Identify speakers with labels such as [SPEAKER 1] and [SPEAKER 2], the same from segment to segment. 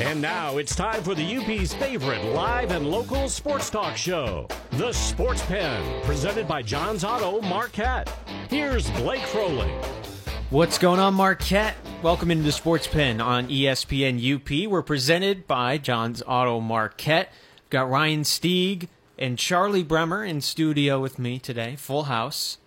[SPEAKER 1] And now it's time for the UP's favorite live and local sports talk show, The Sports Pen, presented by John's Auto Marquette. Here's Blake Froling.
[SPEAKER 2] What's going on, Marquette? Welcome into the Sports Pen on E ESPN UP. We're presented by John's Auto Marquette. We've got Ryan Stieg and Charlie Bremer in studio with me today, full house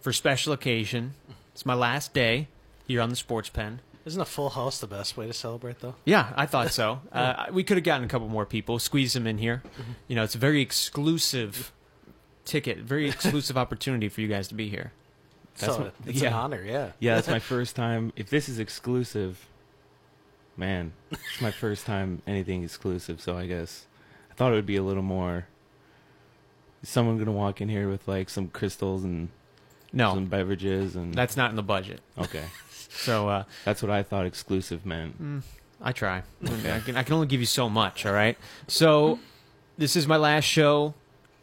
[SPEAKER 2] for special occasion. It's my last day here on the Sports Pen.
[SPEAKER 3] Isn't a full house the best way to celebrate, though?
[SPEAKER 2] Yeah, I thought so. Uh, we could have gotten a couple more people, squeeze them in here. You know, it's a very exclusive ticket, very exclusive opportunity for you guys to be here.
[SPEAKER 3] so
[SPEAKER 4] what-
[SPEAKER 3] it's an
[SPEAKER 4] yeah.
[SPEAKER 3] honor, yeah.
[SPEAKER 4] Yeah, that's my first time. If this is exclusive, man, it's my first time anything exclusive. So I guess I thought it would be a little more. Is someone gonna walk in here with like some crystals and some
[SPEAKER 2] No,
[SPEAKER 4] beverages and
[SPEAKER 2] that's not in the budget.
[SPEAKER 4] okay.
[SPEAKER 2] So, uh,
[SPEAKER 4] That's what I thought exclusive meant.
[SPEAKER 2] Mm. I try. I, can, I can only give you so much, all right? So, this is my last show.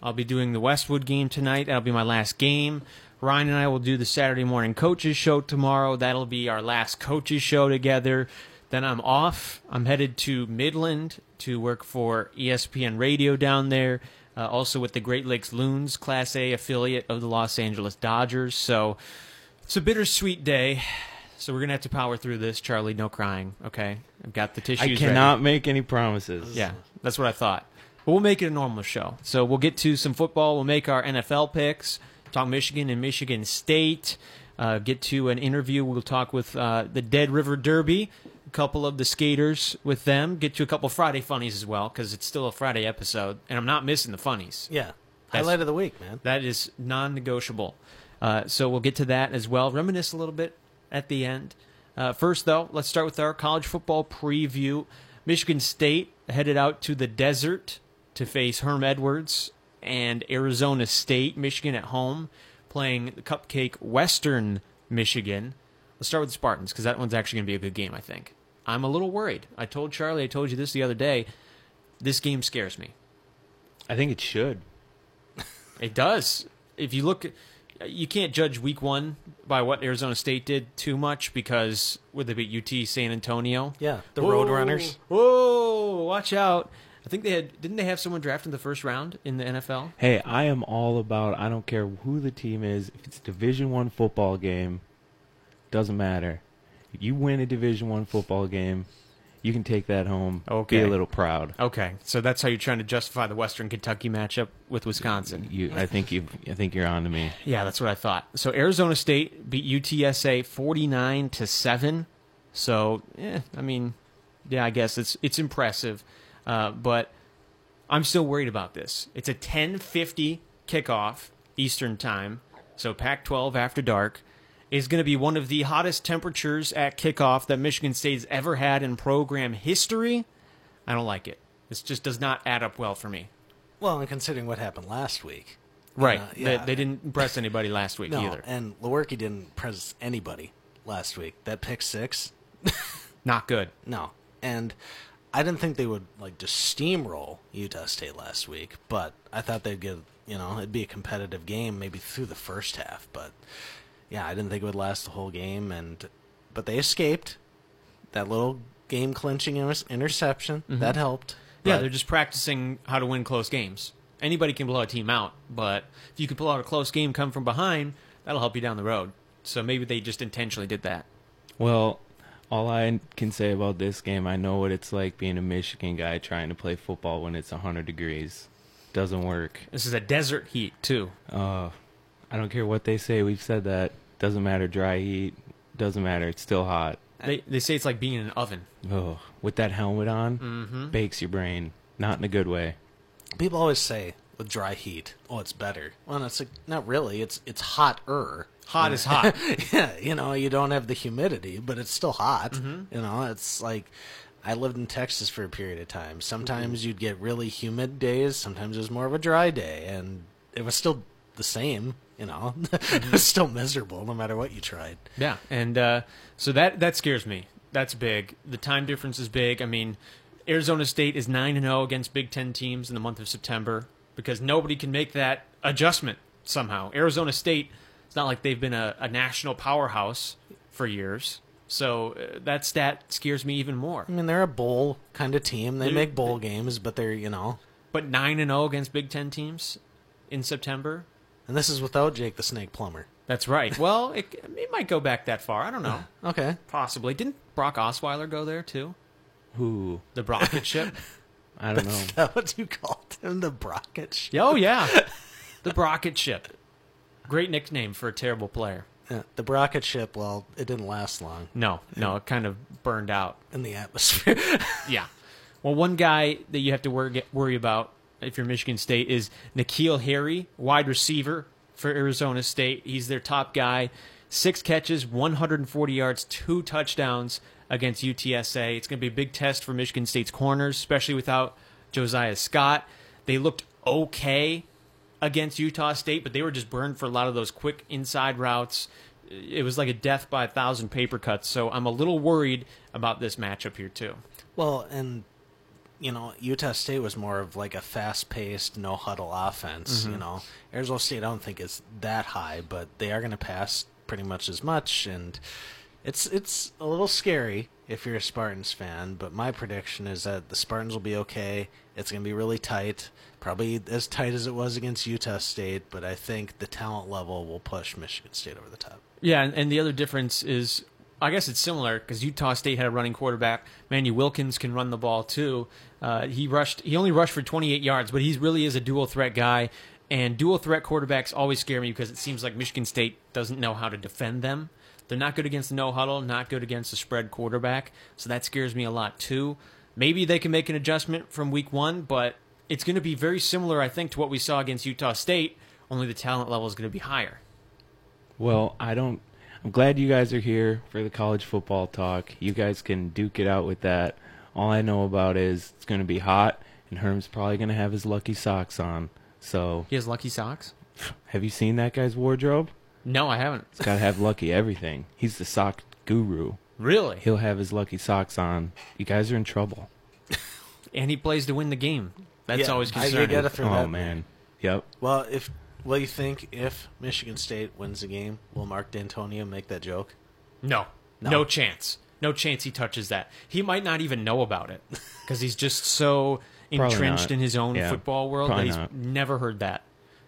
[SPEAKER 2] I'll be doing the Westwood game tonight. That'll be my last game. Ryan and I will do the Saturday morning coaches show tomorrow. That'll be our last coaches show together. Then I'm off. I'm headed to Midland to work for E ESPN Radio down there, uh, also with the Great Lakes Loons, Class A affiliate of the Los Angeles Dodgers. So, it's a bittersweet day. So we're gonna have to power through this, Charlie. No crying, okay? I've got the tissues.
[SPEAKER 4] I
[SPEAKER 2] ready.
[SPEAKER 4] cannot make any promises.
[SPEAKER 2] Yeah, that's what I thought. But we'll make it a normal show. So we'll get to some football. We'll make our NFL picks. Talk Michigan and Michigan State. Uh, get to an interview. We'll talk with uh, the Dead River Derby. A couple of the skaters with them. Get to a couple Friday funnies as well because it's still a Friday episode, and I'm not missing the funnies.
[SPEAKER 3] Yeah.
[SPEAKER 2] That's-
[SPEAKER 3] Highlight of the week, man.
[SPEAKER 2] That is non negotiable. Uh, so we'll get to that as well. Reminisce a little bit at the end. Uh, first, though, let's start with our college football preview. Michigan State headed out to the desert to face Herm Edwards and Arizona State. Michigan at home playing the Cupcake Western Michigan. Let's start with the Spartans because that one's actually going to be a good game, I think. I'm a little worried. I told Charlie, I told you this the other day. This game scares me.
[SPEAKER 4] I think it should.
[SPEAKER 2] It does. If you look, you can't judge Week One by what Arizona State did too much because would they beat UT San Antonio?
[SPEAKER 3] Yeah, the
[SPEAKER 2] Whoa,
[SPEAKER 3] Roadrunners.
[SPEAKER 2] Whoa, watch out! I think they had. Didn't they have someone drafted in the first round in the NFL?
[SPEAKER 4] Hey, I am all about. I don't care who the team is. If it's a Division One football game, doesn't matter. You win a Division One football game, you can take that home.
[SPEAKER 2] Okay.
[SPEAKER 4] Be a little proud.
[SPEAKER 2] Okay, so that's how you're trying to justify the Western Kentucky matchup with Wisconsin.
[SPEAKER 4] You, I think you. I think you're on to me.
[SPEAKER 2] Yeah, that's what I thought. So Arizona State beat UTSA 49 to 7. So, eh, I mean, yeah, I guess it's it's impressive. Uh, but I'm still worried about this. It's a 10:50 kickoff Eastern time. So Pac-12 after dark is going to be one of the hottest temperatures at kickoff that Michigan State's ever had in program history. I don't like it. This just does not add up well for me.
[SPEAKER 3] Well, and considering what happened last week.
[SPEAKER 2] Right.
[SPEAKER 3] Uh, yeah.
[SPEAKER 2] they, they didn't impress anybody last week
[SPEAKER 3] No,
[SPEAKER 2] either.
[SPEAKER 3] and Lewerke didn't press anybody last week. That pick six,
[SPEAKER 2] Not good.
[SPEAKER 3] no. And I didn't think they would, like, just steamroll Utah State last week, but I thought they'd get, you know, it'd be a competitive game maybe through the first half, but yeah, I didn't think it would last the whole game, and but they escaped that little game clinching interception. That helped.
[SPEAKER 2] Mm-hmm. Yeah,
[SPEAKER 3] But-
[SPEAKER 2] they're just practicing how to win close games. Anybody can blow a team out, but if you can pull out a close game, come from behind, that'll help you down the road. So maybe they just intentionally did that.
[SPEAKER 4] Well, all I can say about this game, I know what it's like being a Michigan guy trying to play football when it's 100 degrees. Doesn't work.
[SPEAKER 2] This is a desert heat too.
[SPEAKER 4] Uh, I don't care what they say. We've said that. Doesn't matter. Dry heat. Doesn't matter. It's still hot.
[SPEAKER 2] They they say it's like being in an oven.
[SPEAKER 4] Oh, with that helmet on, bakes your brain. Not in a good way.
[SPEAKER 3] People always say with dry heat, "Oh, it's better." Well, it's like not really. It's it's hotter.
[SPEAKER 2] Hot is hot.
[SPEAKER 3] yeah, you know, you don't have the humidity, but it's still hot. You know, it's like I lived in Texas for a period of time. Sometimes you'd get really humid days. Sometimes it was more of a dry day, and it was still the same. You know, it was still miserable no matter what you tried.
[SPEAKER 2] Yeah, and uh, so that that scares me. That's big. The time difference is big. I mean, Arizona State is nine and zero against Big Ten teams in the month of September because nobody can make that adjustment somehow. Arizona State, it's not like they've been a, a national powerhouse for years. So uh, that stat scares me even more.
[SPEAKER 3] I mean, they're a bowl kind of team. They
[SPEAKER 2] They're-
[SPEAKER 3] make bowl games, but they're you know,
[SPEAKER 2] But nine and zero against Big Ten teams in September.
[SPEAKER 3] and this is without Jake the Snake Plumber.
[SPEAKER 2] That's right. Well, it, it might go back that far. I don't know.
[SPEAKER 3] Okay,
[SPEAKER 2] Possibly. Didn't Brock Osweiler go there too?
[SPEAKER 4] Who?
[SPEAKER 2] The rocket ship.
[SPEAKER 4] I don't know.
[SPEAKER 3] is that what you called him, the Brocket? Sh-
[SPEAKER 2] Yeah, Oh yeah, the rocket ship. Great nickname for a terrible player.
[SPEAKER 3] Yeah, the Brocket ship. Well, it didn't last long
[SPEAKER 2] No, no, it kind of burned out.
[SPEAKER 3] in the atmosphere.
[SPEAKER 2] Yeah. Well, one guy that you have to worry, worry about if you're Michigan State is Nikhil Harry, wide receiver for Arizona State. He's their top guy. Six catches, 140 yards, two touchdowns against UTSA. It's going to be a big test for Michigan State's corners, especially without Josiah Scott. They looked okay against Utah State, but they were just burned for a lot of those quick inside routes. It was like a death by a thousand paper cuts. So I'm a little worried about this matchup here, too.
[SPEAKER 3] well, and you know, Utah State was more of like a fast-paced, no-huddle offense. You know, Arizona State I don't think is that high, but they are going to pass pretty much as much, and it's it's a little scary if you're a Spartans fan. But my prediction is that the Spartans will be okay. It's going to be really tight, probably as tight as it was against Utah State. But I think the talent level will push Michigan State over the top.
[SPEAKER 2] Yeah, and, and the other difference is, I guess it's similar because Utah State had a running quarterback. Manny Wilkins can run the ball too. Uh, he rushed. He only rushed for 28 yards, but he really is a dual threat guy. And dual threat quarterbacks always scare me because it seems like Michigan State doesn't know how to defend them. They're not good against the no huddle, not good against the spread quarterback. So that scares me a lot too. Maybe they can make an adjustment from week one, but it's going to be very similar, I think, to what we saw against Utah State. Only the talent level is going to be higher.
[SPEAKER 4] Well, I don't. I'm glad you guys are here for the college football talk. You guys can duke it out with that. All I know about is it's going to be hot, and Herm's probably going to have his lucky socks on. So,
[SPEAKER 2] He has lucky socks.
[SPEAKER 4] have you seen that guy's wardrobe?
[SPEAKER 2] No, I haven't.
[SPEAKER 4] He's got to have lucky everything. He's the sock guru.
[SPEAKER 2] Really?
[SPEAKER 4] He'll have his lucky socks on. You guys are in trouble.
[SPEAKER 2] And he plays to win the game. That's
[SPEAKER 3] Yeah,
[SPEAKER 2] always
[SPEAKER 3] I- you
[SPEAKER 2] concerning.
[SPEAKER 3] gotta- Throw
[SPEAKER 4] oh
[SPEAKER 3] that-
[SPEAKER 4] man. Yep.
[SPEAKER 3] Well, if well, you think if Michigan State wins the game, will Mark D'Antonio make that joke?
[SPEAKER 2] no, no,
[SPEAKER 3] No.
[SPEAKER 2] chance. No chance he touches that. He might not even know about it because he's just so
[SPEAKER 4] Probably
[SPEAKER 2] entrenched
[SPEAKER 4] not.
[SPEAKER 2] in his own
[SPEAKER 4] Yeah,
[SPEAKER 2] football world
[SPEAKER 4] probably
[SPEAKER 2] that he's
[SPEAKER 4] not.
[SPEAKER 2] never heard that.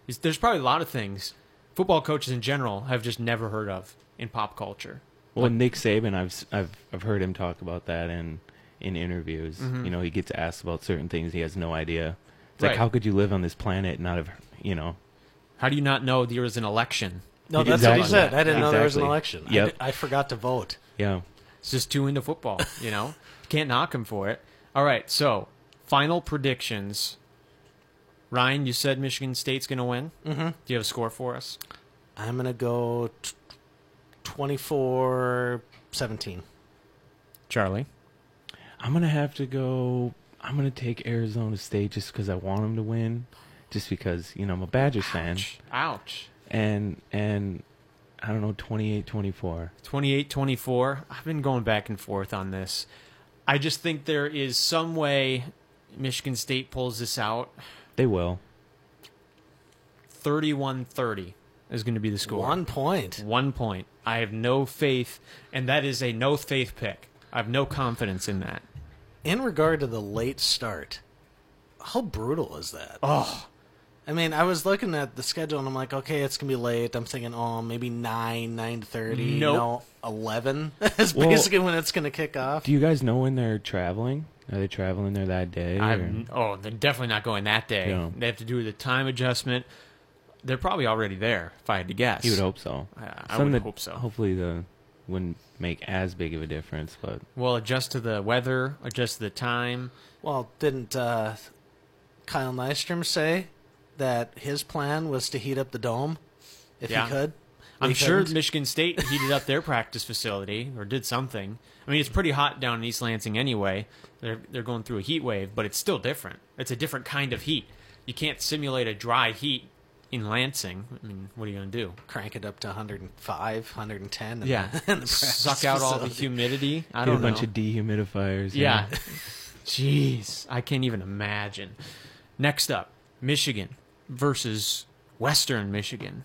[SPEAKER 2] He's, there's probably a lot of things football coaches in general have just never heard of in pop culture.
[SPEAKER 4] Well, Nick Saban, I've s- I've I've heard him talk about that in in interviews. You know, he gets asked about certain things he has no idea. It's
[SPEAKER 2] Right.
[SPEAKER 4] like, how could you live on this planet and not have you know?
[SPEAKER 2] How do you not know there was an election?
[SPEAKER 3] No,
[SPEAKER 4] He did
[SPEAKER 3] that's what he
[SPEAKER 4] that.
[SPEAKER 3] said. I didn't know there was an
[SPEAKER 4] Exactly.
[SPEAKER 3] election. I
[SPEAKER 4] Yep.
[SPEAKER 3] di- I, forgot to vote.
[SPEAKER 4] Yeah,
[SPEAKER 2] He's just too into football, you know? Can't knock him for it. All right, so final predictions. Ryan, you said Michigan State's going to win. Mm-hmm. Do you have a score for us?
[SPEAKER 3] I'm going to go t- 24 17.
[SPEAKER 2] Charlie.
[SPEAKER 4] I'm gonna have to go. I'm gonna take Arizona State just because I want him to win, just because you know I'm a Badgers fan,
[SPEAKER 2] Ouch.
[SPEAKER 4] and and I don't know 28, 24.
[SPEAKER 2] 28 24. I've been going back and forth on this. I just think there is some way Michigan State pulls this out.
[SPEAKER 4] They will.
[SPEAKER 2] 31 30 is going to be the score.
[SPEAKER 3] One point.
[SPEAKER 2] One point. I have no faith, and that is a no faith pick. I have no confidence in that.
[SPEAKER 3] In regard to the late start, how brutal is that?
[SPEAKER 2] Oh,
[SPEAKER 3] I mean, I was looking at the schedule and I'm like, okay, it's gonna be late. I'm thinking, oh, maybe nine, nine thirty,
[SPEAKER 2] Nope.
[SPEAKER 3] no, eleven is
[SPEAKER 4] Well-
[SPEAKER 3] basically when it's gonna kick off.
[SPEAKER 4] Do you guys know when they're traveling? Are they traveling there that day? or-
[SPEAKER 2] I'm, oh, they're definitely not going that day.
[SPEAKER 4] No.
[SPEAKER 2] They have to do the time adjustment. They're probably already there, if I had to guess.
[SPEAKER 4] You would hope so.
[SPEAKER 2] I- I
[SPEAKER 4] Something
[SPEAKER 2] would
[SPEAKER 4] that
[SPEAKER 2] hope so.
[SPEAKER 4] Hopefully, the wouldn't make as big of a difference, but
[SPEAKER 2] Well, adjust to the weather, adjust to the time.
[SPEAKER 3] Well, didn't uh, Kyle Nystrom say that his plan was to heat up the dome if
[SPEAKER 2] Yeah.
[SPEAKER 3] he could?
[SPEAKER 2] I'm
[SPEAKER 3] He
[SPEAKER 2] sure
[SPEAKER 3] couldn't.
[SPEAKER 2] Michigan State heated up their practice facility or did something. I mean, it's pretty hot down in East Lansing anyway. They're they're going through a heat wave, but it's still different. It's a different kind of heat. You can't simulate a dry heat in Lansing. I mean, what are you going to do?
[SPEAKER 3] crank it up to 105, 110. And
[SPEAKER 2] suck out all the humidity. I
[SPEAKER 4] get
[SPEAKER 2] don't
[SPEAKER 4] a bunch
[SPEAKER 2] know.
[SPEAKER 4] of dehumidifiers. you
[SPEAKER 2] Yeah.
[SPEAKER 4] know.
[SPEAKER 2] Jeez, I can't even imagine. Next up, Michigan versus Western Michigan.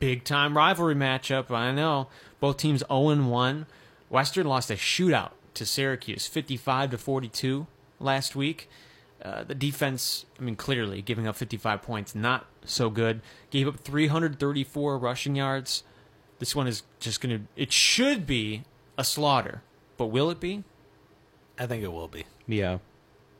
[SPEAKER 2] Big time rivalry matchup, I know. Both teams 0 1. oh Western lost a shootout to Syracuse, 55 to 42 last week. Uh, the defense, I mean, clearly giving up 55 points, not so good. Gave up 334 rushing yards. This one is just going to, it should be a slaughter, but will it be?
[SPEAKER 3] I think it will be.
[SPEAKER 4] Yeah.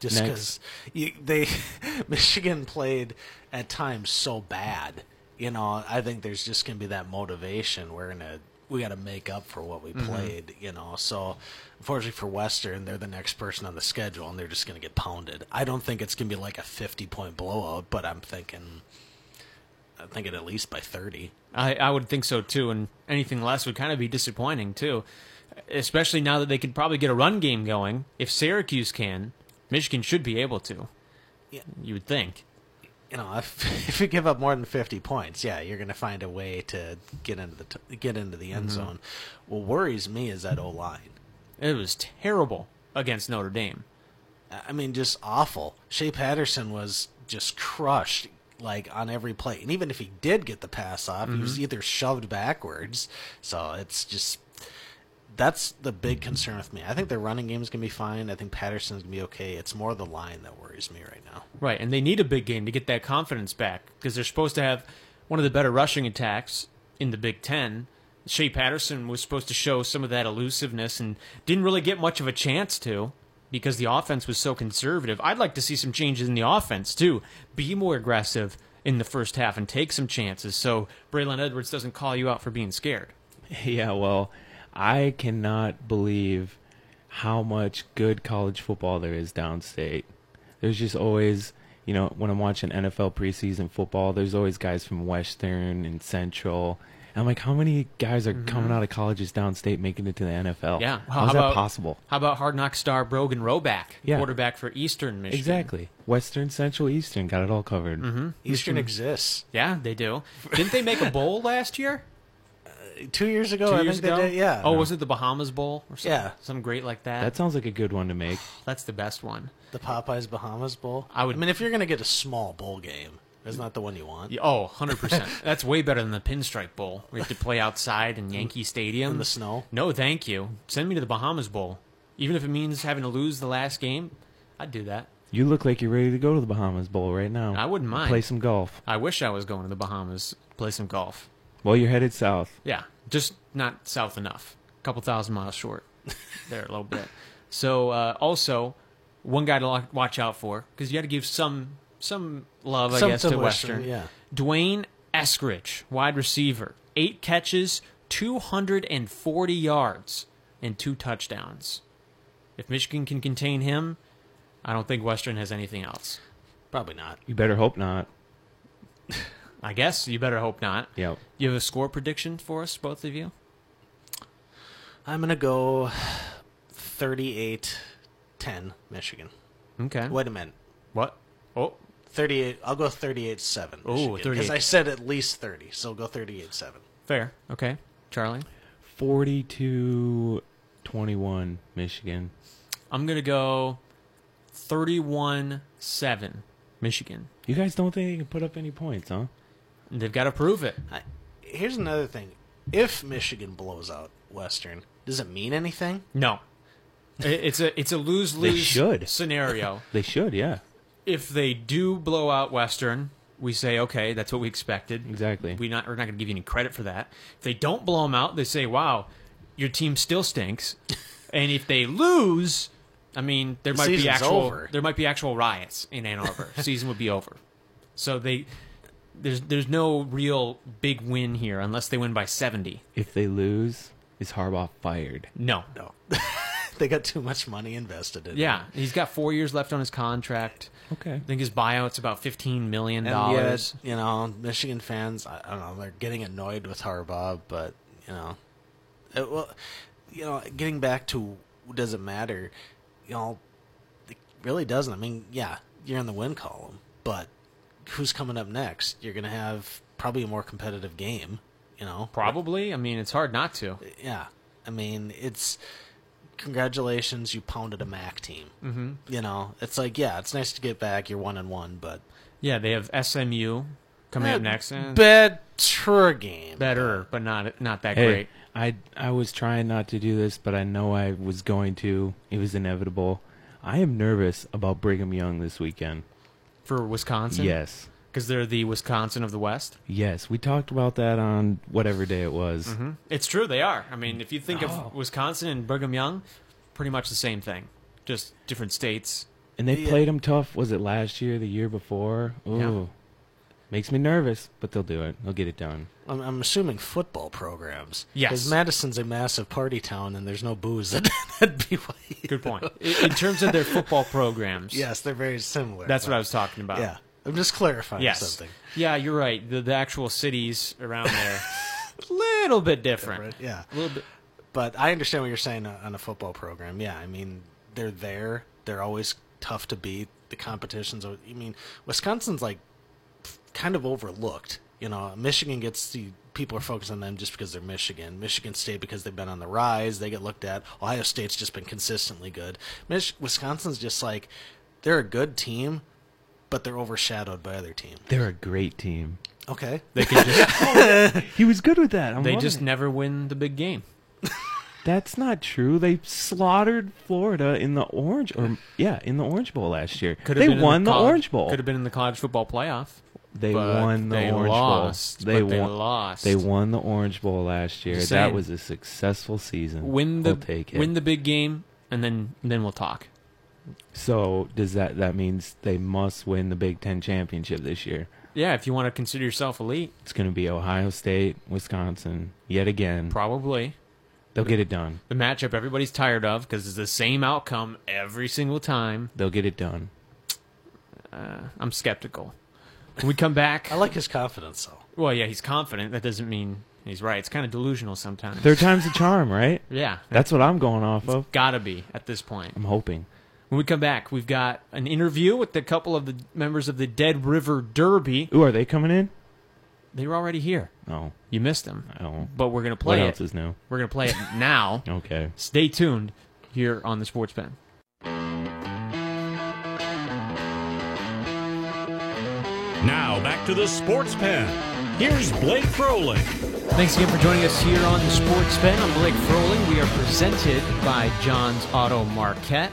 [SPEAKER 3] just because
[SPEAKER 4] Next.
[SPEAKER 3] they Michigan played at times so bad. You know, I think there's just gonna be that motivation. We're gonna we got to make up for what we played. You know, so unfortunately for Western, they're the next person on the schedule, and they're just gonna get pounded. I don't think it's gonna be like a 50 point blowout, but I'm thinking, I'm thinking at least by 30.
[SPEAKER 2] I, I would think so too, and anything less would kind of be disappointing too, especially now that they could probably get a run game going. If Syracuse can, Michigan should be able to.
[SPEAKER 3] Yeah.
[SPEAKER 2] You would think.
[SPEAKER 3] You know, if, if you give up more than 50 points, yeah, you're going to find a way to get into the t- get into the end zone. What worries me is that O line.
[SPEAKER 2] It was terrible against Notre Dame.
[SPEAKER 3] I mean, just awful. Shea Patterson was just crushed, like on every play. And even if he did get the pass off, he
[SPEAKER 2] Mm-hmm.
[SPEAKER 3] was either shoved backwards. So it's just that's the big concern with me. I think their running game's gonna be fine. I think Patterson's gonna be okay. It's more the line that worries me right now.
[SPEAKER 2] Right, and they need a big game to get that confidence back because they're supposed to have one of the better rushing attacks in the Big Ten. Shea Patterson was supposed to show some of that elusiveness and didn't really get much of a chance to because the offense was so conservative. I'd like to see some changes in the offense too. Be more aggressive in the first half and take some chances so Braylon Edwards doesn't call you out for being scared.
[SPEAKER 4] Yeah, well, I cannot believe how much good college football there is downstate. There's just always, you know, when I'm watching NFL preseason football, there's always guys from Western and Central. And I'm like, how many guys are coming out of colleges downstate making it to the NFL?
[SPEAKER 2] Mm-hmm. Yeah,
[SPEAKER 4] How's that possible?
[SPEAKER 2] How about Hard Knock star Brogan Roback,
[SPEAKER 4] Yeah.
[SPEAKER 2] quarterback for Eastern Michigan?
[SPEAKER 4] Exactly. Western, Central, Eastern got it all covered. Mm-hmm.
[SPEAKER 2] Hmm.
[SPEAKER 3] Eastern exists.
[SPEAKER 2] Yeah, they do. Didn't they make a bowl last year?
[SPEAKER 3] Two years ago,
[SPEAKER 2] two
[SPEAKER 3] I
[SPEAKER 2] years
[SPEAKER 3] think
[SPEAKER 2] ago?
[SPEAKER 3] they did. Yeah.
[SPEAKER 2] Oh, was it the Bahamas Bowl or something?
[SPEAKER 3] Yeah.
[SPEAKER 2] Some great like that.
[SPEAKER 4] That
[SPEAKER 2] That's
[SPEAKER 4] sounds like a good one to make.
[SPEAKER 2] that's the best one.
[SPEAKER 3] the Popeyes Bahamas Bowl.
[SPEAKER 2] I would-
[SPEAKER 3] I mean, if you're gonna get a small bowl game, isn't that the one you want?
[SPEAKER 2] Yeah, Oh, 100%. that's way better than the Pinstripe Bowl. We have to play outside in Yankee Stadium.
[SPEAKER 3] In the snow?
[SPEAKER 2] No, thank you. Send me to the Bahamas Bowl. Even if it means having to lose the last game, I'd do that.
[SPEAKER 4] You look like you're ready to go to the Bahamas Bowl right now.
[SPEAKER 2] I wouldn't mind.
[SPEAKER 4] Play some golf.
[SPEAKER 2] I wish I was going to the Bahamas, play some golf.
[SPEAKER 4] Well, you're headed south.
[SPEAKER 2] Yeah, just not south enough. A couple thousand miles short there, a little bit. So uh, also, one guy to lo- watch out for because you got to give some some love, I guess, to
[SPEAKER 3] Something
[SPEAKER 2] Western.
[SPEAKER 3] Western, yeah.
[SPEAKER 2] Dwayne Eskridge, wide receiver, eight catches, two hundred and forty yards, and two touchdowns. If Michigan can contain him, I don't think Western has anything else.
[SPEAKER 3] Probably not.
[SPEAKER 4] You better hope not.
[SPEAKER 2] I guess you better hope not.
[SPEAKER 4] Yep.
[SPEAKER 2] You have a score prediction for us, both of you?
[SPEAKER 3] I'm going to go 38 10 Michigan.
[SPEAKER 2] Okay.
[SPEAKER 3] Wait a minute.
[SPEAKER 2] What? Oh,
[SPEAKER 3] 38 I'll go 38 7.
[SPEAKER 2] Ooh,
[SPEAKER 3] Cuz
[SPEAKER 2] 38.
[SPEAKER 3] I said at least 30, so go 38 7.
[SPEAKER 2] Fair. Okay. Charlie?
[SPEAKER 4] 42 21 Michigan.
[SPEAKER 2] I'm going to go 31 7, Michigan.
[SPEAKER 4] You guys don't think they can put up any points, huh?
[SPEAKER 2] And They've got to prove it.
[SPEAKER 3] I, here's another thing. If Michigan blows out Western, does it mean anything?
[SPEAKER 2] No. I- It's a it's a lose
[SPEAKER 4] They
[SPEAKER 2] lose
[SPEAKER 4] should.
[SPEAKER 2] scenario.
[SPEAKER 4] They should, yeah.
[SPEAKER 2] If they do blow out Western, we say okay, that's what we expected.
[SPEAKER 4] Exactly.
[SPEAKER 2] We not we're not going to give you any credit for that. If they don't blow them out, they say, "Wow, your team still stinks." and if they lose, I mean, there
[SPEAKER 3] The
[SPEAKER 2] might be
[SPEAKER 3] season's
[SPEAKER 2] actual
[SPEAKER 3] over.
[SPEAKER 2] there might be actual riots in Ann Arbor. Season would be over. So they there's there's no real big win here unless they win by 70.
[SPEAKER 4] If they lose, is Harbaugh fired?
[SPEAKER 2] No.
[SPEAKER 3] No. they got too much money invested in
[SPEAKER 2] Yeah,
[SPEAKER 3] it.
[SPEAKER 2] he's got 4 years left on his contract.
[SPEAKER 4] Okay.
[SPEAKER 2] I think his buyout's about 15 million
[SPEAKER 3] And
[SPEAKER 2] dollars.
[SPEAKER 3] yet, you know, Michigan fans, I, I don't know, they're getting annoyed with Harbaugh, but, you know, it, well, you know, getting back to does it matter, you know, it really doesn't. I mean, yeah, you're in the win column, but who's coming up next? You're going to have probably a more competitive game, you know?
[SPEAKER 2] Probably. I mean, it's hard not to.
[SPEAKER 3] Yeah. I mean, it's congratulations, you pounded a MAC team. Mm-hmm. You know, it's like, yeah, it's nice to get back. You're one and one, but.
[SPEAKER 2] Yeah, they have SMU coming up
[SPEAKER 3] Eh,
[SPEAKER 2] next. Eh,
[SPEAKER 3] Better game.
[SPEAKER 2] better, but not not that
[SPEAKER 4] Hey,
[SPEAKER 2] great.
[SPEAKER 4] I I was trying not to do this, but I know I was going to. It was inevitable. I am nervous about Brigham Young this weekend.
[SPEAKER 2] for Wisconsin.
[SPEAKER 4] Yes.
[SPEAKER 2] because they're the Wisconsin of the West.
[SPEAKER 4] Yes, we talked about that on whatever day it was.
[SPEAKER 2] It's true, they are. I mean, if you think
[SPEAKER 4] Oh.
[SPEAKER 2] of Wisconsin and Brigham Young, pretty much the same thing, just different states.
[SPEAKER 4] And they
[SPEAKER 3] Yeah.
[SPEAKER 4] played him tough. Was it last year, the year before? Ooh. Makes me nervous, but they'll do it. They'll get it done.
[SPEAKER 3] I'm, I'm assuming football programs.
[SPEAKER 2] Yes.
[SPEAKER 3] Because Madison's a massive party town, and there's no booze at, at BYU.
[SPEAKER 2] Good point. I- In terms of their football programs,
[SPEAKER 3] Yes, they're very similar.
[SPEAKER 2] that's what I
[SPEAKER 3] but-
[SPEAKER 2] was talking about.
[SPEAKER 3] Yeah, I'm just clarifying
[SPEAKER 2] Yes.
[SPEAKER 3] something.
[SPEAKER 2] Yeah, you're right. The, the actual cities around there, little bit different.
[SPEAKER 3] Right? Yeah.
[SPEAKER 2] A little bit.
[SPEAKER 3] but I understand what you're saying on on a football program. Yeah, I mean they're there. They're always tough to beat. The competitions. Are, I mean, Wisconsin's like kind of overlooked. You know, Michigan gets the people are focused on them just because they're Michigan. Michigan State because they've been on the rise. They get looked at. Ohio State's just been consistently good. Mich- Wisconsin's just like they're a good team, but they're overshadowed by other teams.
[SPEAKER 4] They're a great team.
[SPEAKER 3] Okay,
[SPEAKER 2] They could just,
[SPEAKER 4] He was good with that. I'm
[SPEAKER 2] they
[SPEAKER 4] loving
[SPEAKER 2] just
[SPEAKER 4] it.
[SPEAKER 2] never win the big game.
[SPEAKER 4] That's not true. They slaughtered Florida in the Orange or yeah, in the Orange Bowl last year.
[SPEAKER 2] Could
[SPEAKER 4] they won the Orange Bowl.
[SPEAKER 2] Could have been in the college football playoff.
[SPEAKER 4] They
[SPEAKER 2] but
[SPEAKER 4] won the
[SPEAKER 2] they
[SPEAKER 4] Orange
[SPEAKER 2] lost,
[SPEAKER 4] Bowl. They
[SPEAKER 2] but they
[SPEAKER 4] won.
[SPEAKER 2] lost.
[SPEAKER 4] They won the Orange Bowl last year.
[SPEAKER 2] Just
[SPEAKER 4] That
[SPEAKER 2] saying.
[SPEAKER 4] was a successful season.
[SPEAKER 2] Win the
[SPEAKER 4] We'll take it.
[SPEAKER 2] win the big game, and then then we'll talk.
[SPEAKER 4] so does that that means they must win the Big Ten championship this year?
[SPEAKER 2] Yeah, if you want to consider yourself elite,
[SPEAKER 4] It's going to be Ohio State, Wisconsin, yet again.
[SPEAKER 2] probably
[SPEAKER 4] They'll get it done.
[SPEAKER 2] the matchup everybody's tired of because it's the same outcome every single time.
[SPEAKER 4] They'll get it done.
[SPEAKER 2] I'm skeptical. When we come back,
[SPEAKER 3] I like his confidence though.
[SPEAKER 2] well, yeah, he's confident. That doesn't mean he's right. It's kind of delusional sometimes.
[SPEAKER 4] Third time's a charm, right?
[SPEAKER 2] yeah,
[SPEAKER 4] That's what I'm going off of.
[SPEAKER 2] gotta be at this point.
[SPEAKER 4] I'm hoping.
[SPEAKER 2] When we come back, we've got an interview with a couple of the members of the Dead River Derby.
[SPEAKER 4] Ooh, are they coming in?
[SPEAKER 2] They were already here.
[SPEAKER 4] No.
[SPEAKER 2] You missed them,
[SPEAKER 4] Oh.
[SPEAKER 2] but we're gonna
[SPEAKER 4] What
[SPEAKER 2] play
[SPEAKER 4] else
[SPEAKER 2] it.
[SPEAKER 4] is new?
[SPEAKER 2] We're gonna play it now.
[SPEAKER 4] Okay.
[SPEAKER 2] Stay tuned here on the Sports Pen.
[SPEAKER 1] Now back to the sports pen. Here's Blake Froling.
[SPEAKER 2] Thanks again for joining us here on the Sports Pen. I'm Blake Froling. We are presented by John's Auto Marquette.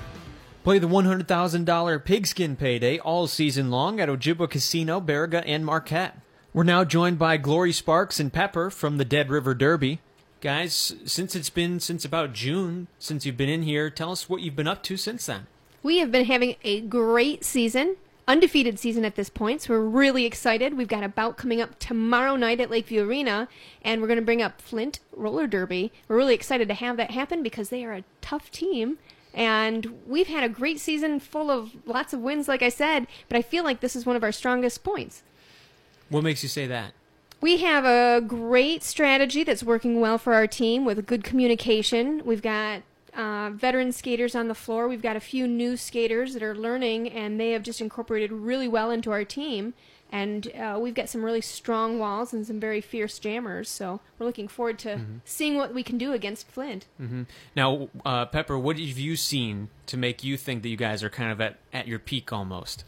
[SPEAKER 2] Play the $100,000 pigskin payday all season long at Ojibwa Casino, Barriga, and Marquette. We're now joined by Glory Sparks and Pepper from the Dead River Derby. Guys, since it's been since about June since you've been in here, tell us what you've been up to since then.
[SPEAKER 5] We have been having a great season, undefeated season at this point. So we're really excited. We've got a bout coming up tomorrow night at Lakeview Arena, and we're going to bring up Flint Roller Derby. We're really excited to have that happen because they are a tough team. And we've had a great season full of lots of wins, like I said, but I feel like this is one of our strongest points.
[SPEAKER 2] What makes you say that?
[SPEAKER 5] We have a great strategy that's working well for our team with good communication. We've got uh, veteran skaters on the floor. We've got a few new skaters that are learning, and they have just incorporated really well into our team. And uh, we've got some really strong walls and some very fierce jammers. So we're looking forward to seeing what we can do against Flint.
[SPEAKER 2] Now, uh, Pepper, what have you seen to make you think that you guys are kind of at, at your peak almost?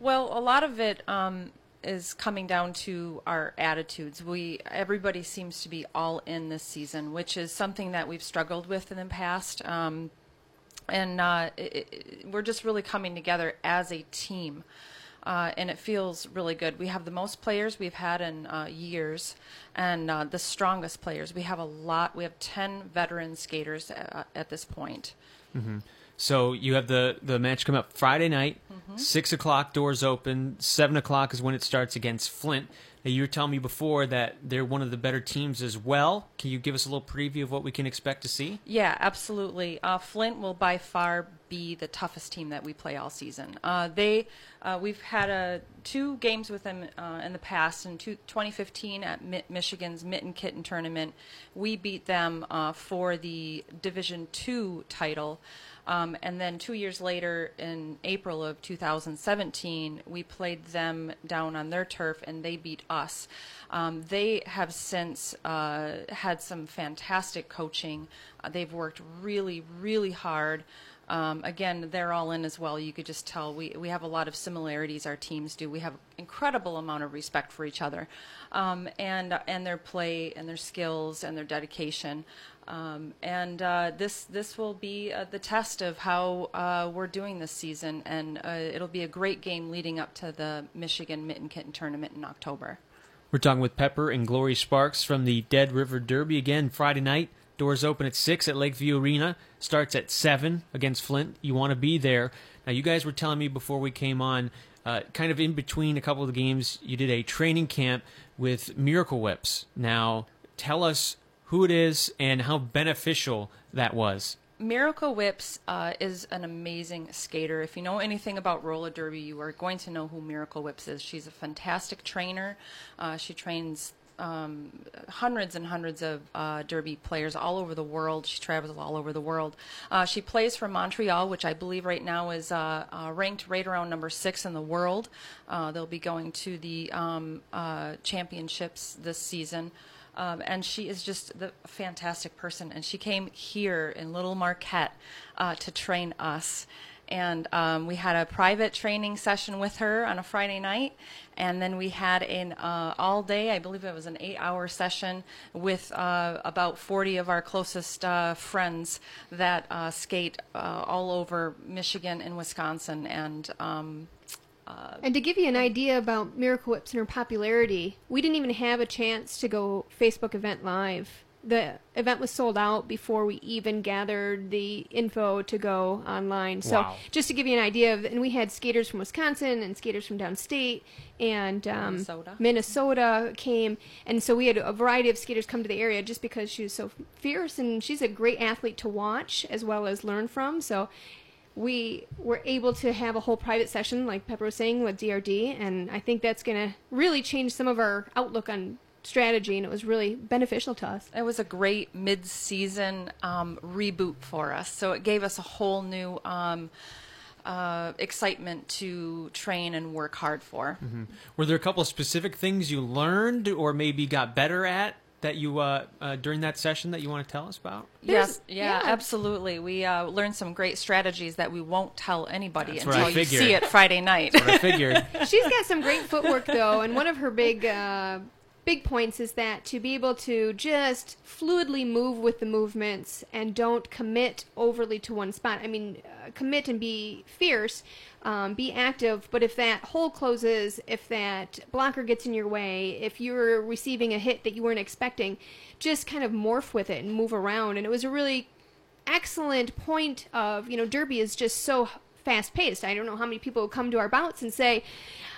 [SPEAKER 6] Well, a lot of it um, is coming down to our attitudes. We everybody seems to be all in this season, which is something that we've struggled with in the past. Um, and uh, it, it, we're just really coming together as a team. Uh, and it feels really good. We have the most players we've had in uh, years, and uh, the strongest players. We have a lot. We have ten veteran skaters uh, at this point.
[SPEAKER 2] So you have the the match come up Friday night, six o'clock doors open. Seven o'clock is when it starts against Flint. Now, you were telling me before that they're one of the better teams as well. Can you give us a little preview of what we can expect to see?
[SPEAKER 6] Yeah, absolutely. Uh, Flint will by far be the toughest team that we play all season. Uh, they, uh, we've had uh, two games with them uh, in the past. In two, 2015 at Mi- Michigan's Mitten Kitten tournament, we beat them uh, for the Division Two title. Um, and then two years later, in April of 2017, we played them down on their turf and they beat us. Um, they have since uh, had some fantastic coaching. Uh, they've worked really, really hard. Um, again, they're all in as well. You could just tell we, we have a lot of similarities. Our teams do. We have incredible amount of respect for each other, um, and and their play and their skills and their dedication. Um, and uh, this this will be uh, the test of how uh, we're doing this season, and uh, it'll be a great game leading up to the Michigan Mitten Kitten tournament in October.
[SPEAKER 2] We're talking with Pepper and Glory Sparks from the Dead River Derby again Friday night. Doors open at 6 at Lakeview Arena. Starts at 7 against Flint. You want to be there. Now, you guys were telling me before we came on, uh, kind of in between a couple of the games, you did a training camp with Miracle Whips. Now, tell us who it is and how beneficial that was.
[SPEAKER 6] Miracle Whips uh, is an amazing skater. If you know anything about roller derby, you are going to know who Miracle Whips is. She's a fantastic trainer. Uh, she trains um, hundreds and hundreds of uh, derby players all over the world. She travels all over the world. Uh, she plays for Montreal, which I believe right now is uh, uh, ranked right around number six in the world. Uh, they'll be going to the um, uh, championships this season. Um, and she is just the a fantastic person. And she came here in Little Marquette uh, to train us and um, we had a private training session with her on a Friday night, and then we had an uh, all day, I believe it was an eight hour session with uh, about 40 of our closest uh, friends that uh, skate uh, all over Michigan and Wisconsin, and um,
[SPEAKER 5] And to give you an idea about Miracle Whips and her popularity, we didn't even have a chance to go Facebook event live. The event was sold out before we even gathered the info to go online. So,
[SPEAKER 2] Wow.
[SPEAKER 5] just to give you an idea of, and we had skaters from Wisconsin and skaters from downstate, and um,
[SPEAKER 6] Minnesota.
[SPEAKER 5] Minnesota came, and so we had a variety of skaters come to the area just because she was so fierce, and she's a great athlete to watch as well as learn from. So we were able to have a whole private session, like Pepper was saying, with DRD, and I think that's going to really change some of our outlook on strategy, and it was really beneficial to us.
[SPEAKER 6] It was a great mid-season um, reboot for us. So it gave us a whole new um, uh, excitement to train and work hard for.
[SPEAKER 2] Were there a couple of specific things you learned or maybe got better at that you uh, uh, during that session that you want to tell us about?
[SPEAKER 5] There's-
[SPEAKER 6] yes, yeah,
[SPEAKER 5] yeah.
[SPEAKER 6] absolutely. We uh, learned some great strategies that we won't tell anybody
[SPEAKER 2] That's what
[SPEAKER 6] until
[SPEAKER 2] I
[SPEAKER 6] you
[SPEAKER 2] figured.
[SPEAKER 6] see it Friday night.
[SPEAKER 2] I figured.
[SPEAKER 5] She's got some great footwork though, and one of her big uh, big points is that to be able to just fluidly move with the movements and don't commit overly to one spot. I mean, uh, commit and be fierce, um, be active. But if that hole closes, if that blocker gets in your way, if you're receiving a hit that you weren't expecting, just kind of morph with it and move around. And it was a really excellent point of you know derby is just so fast paced i don't know how many people come to our bouts and say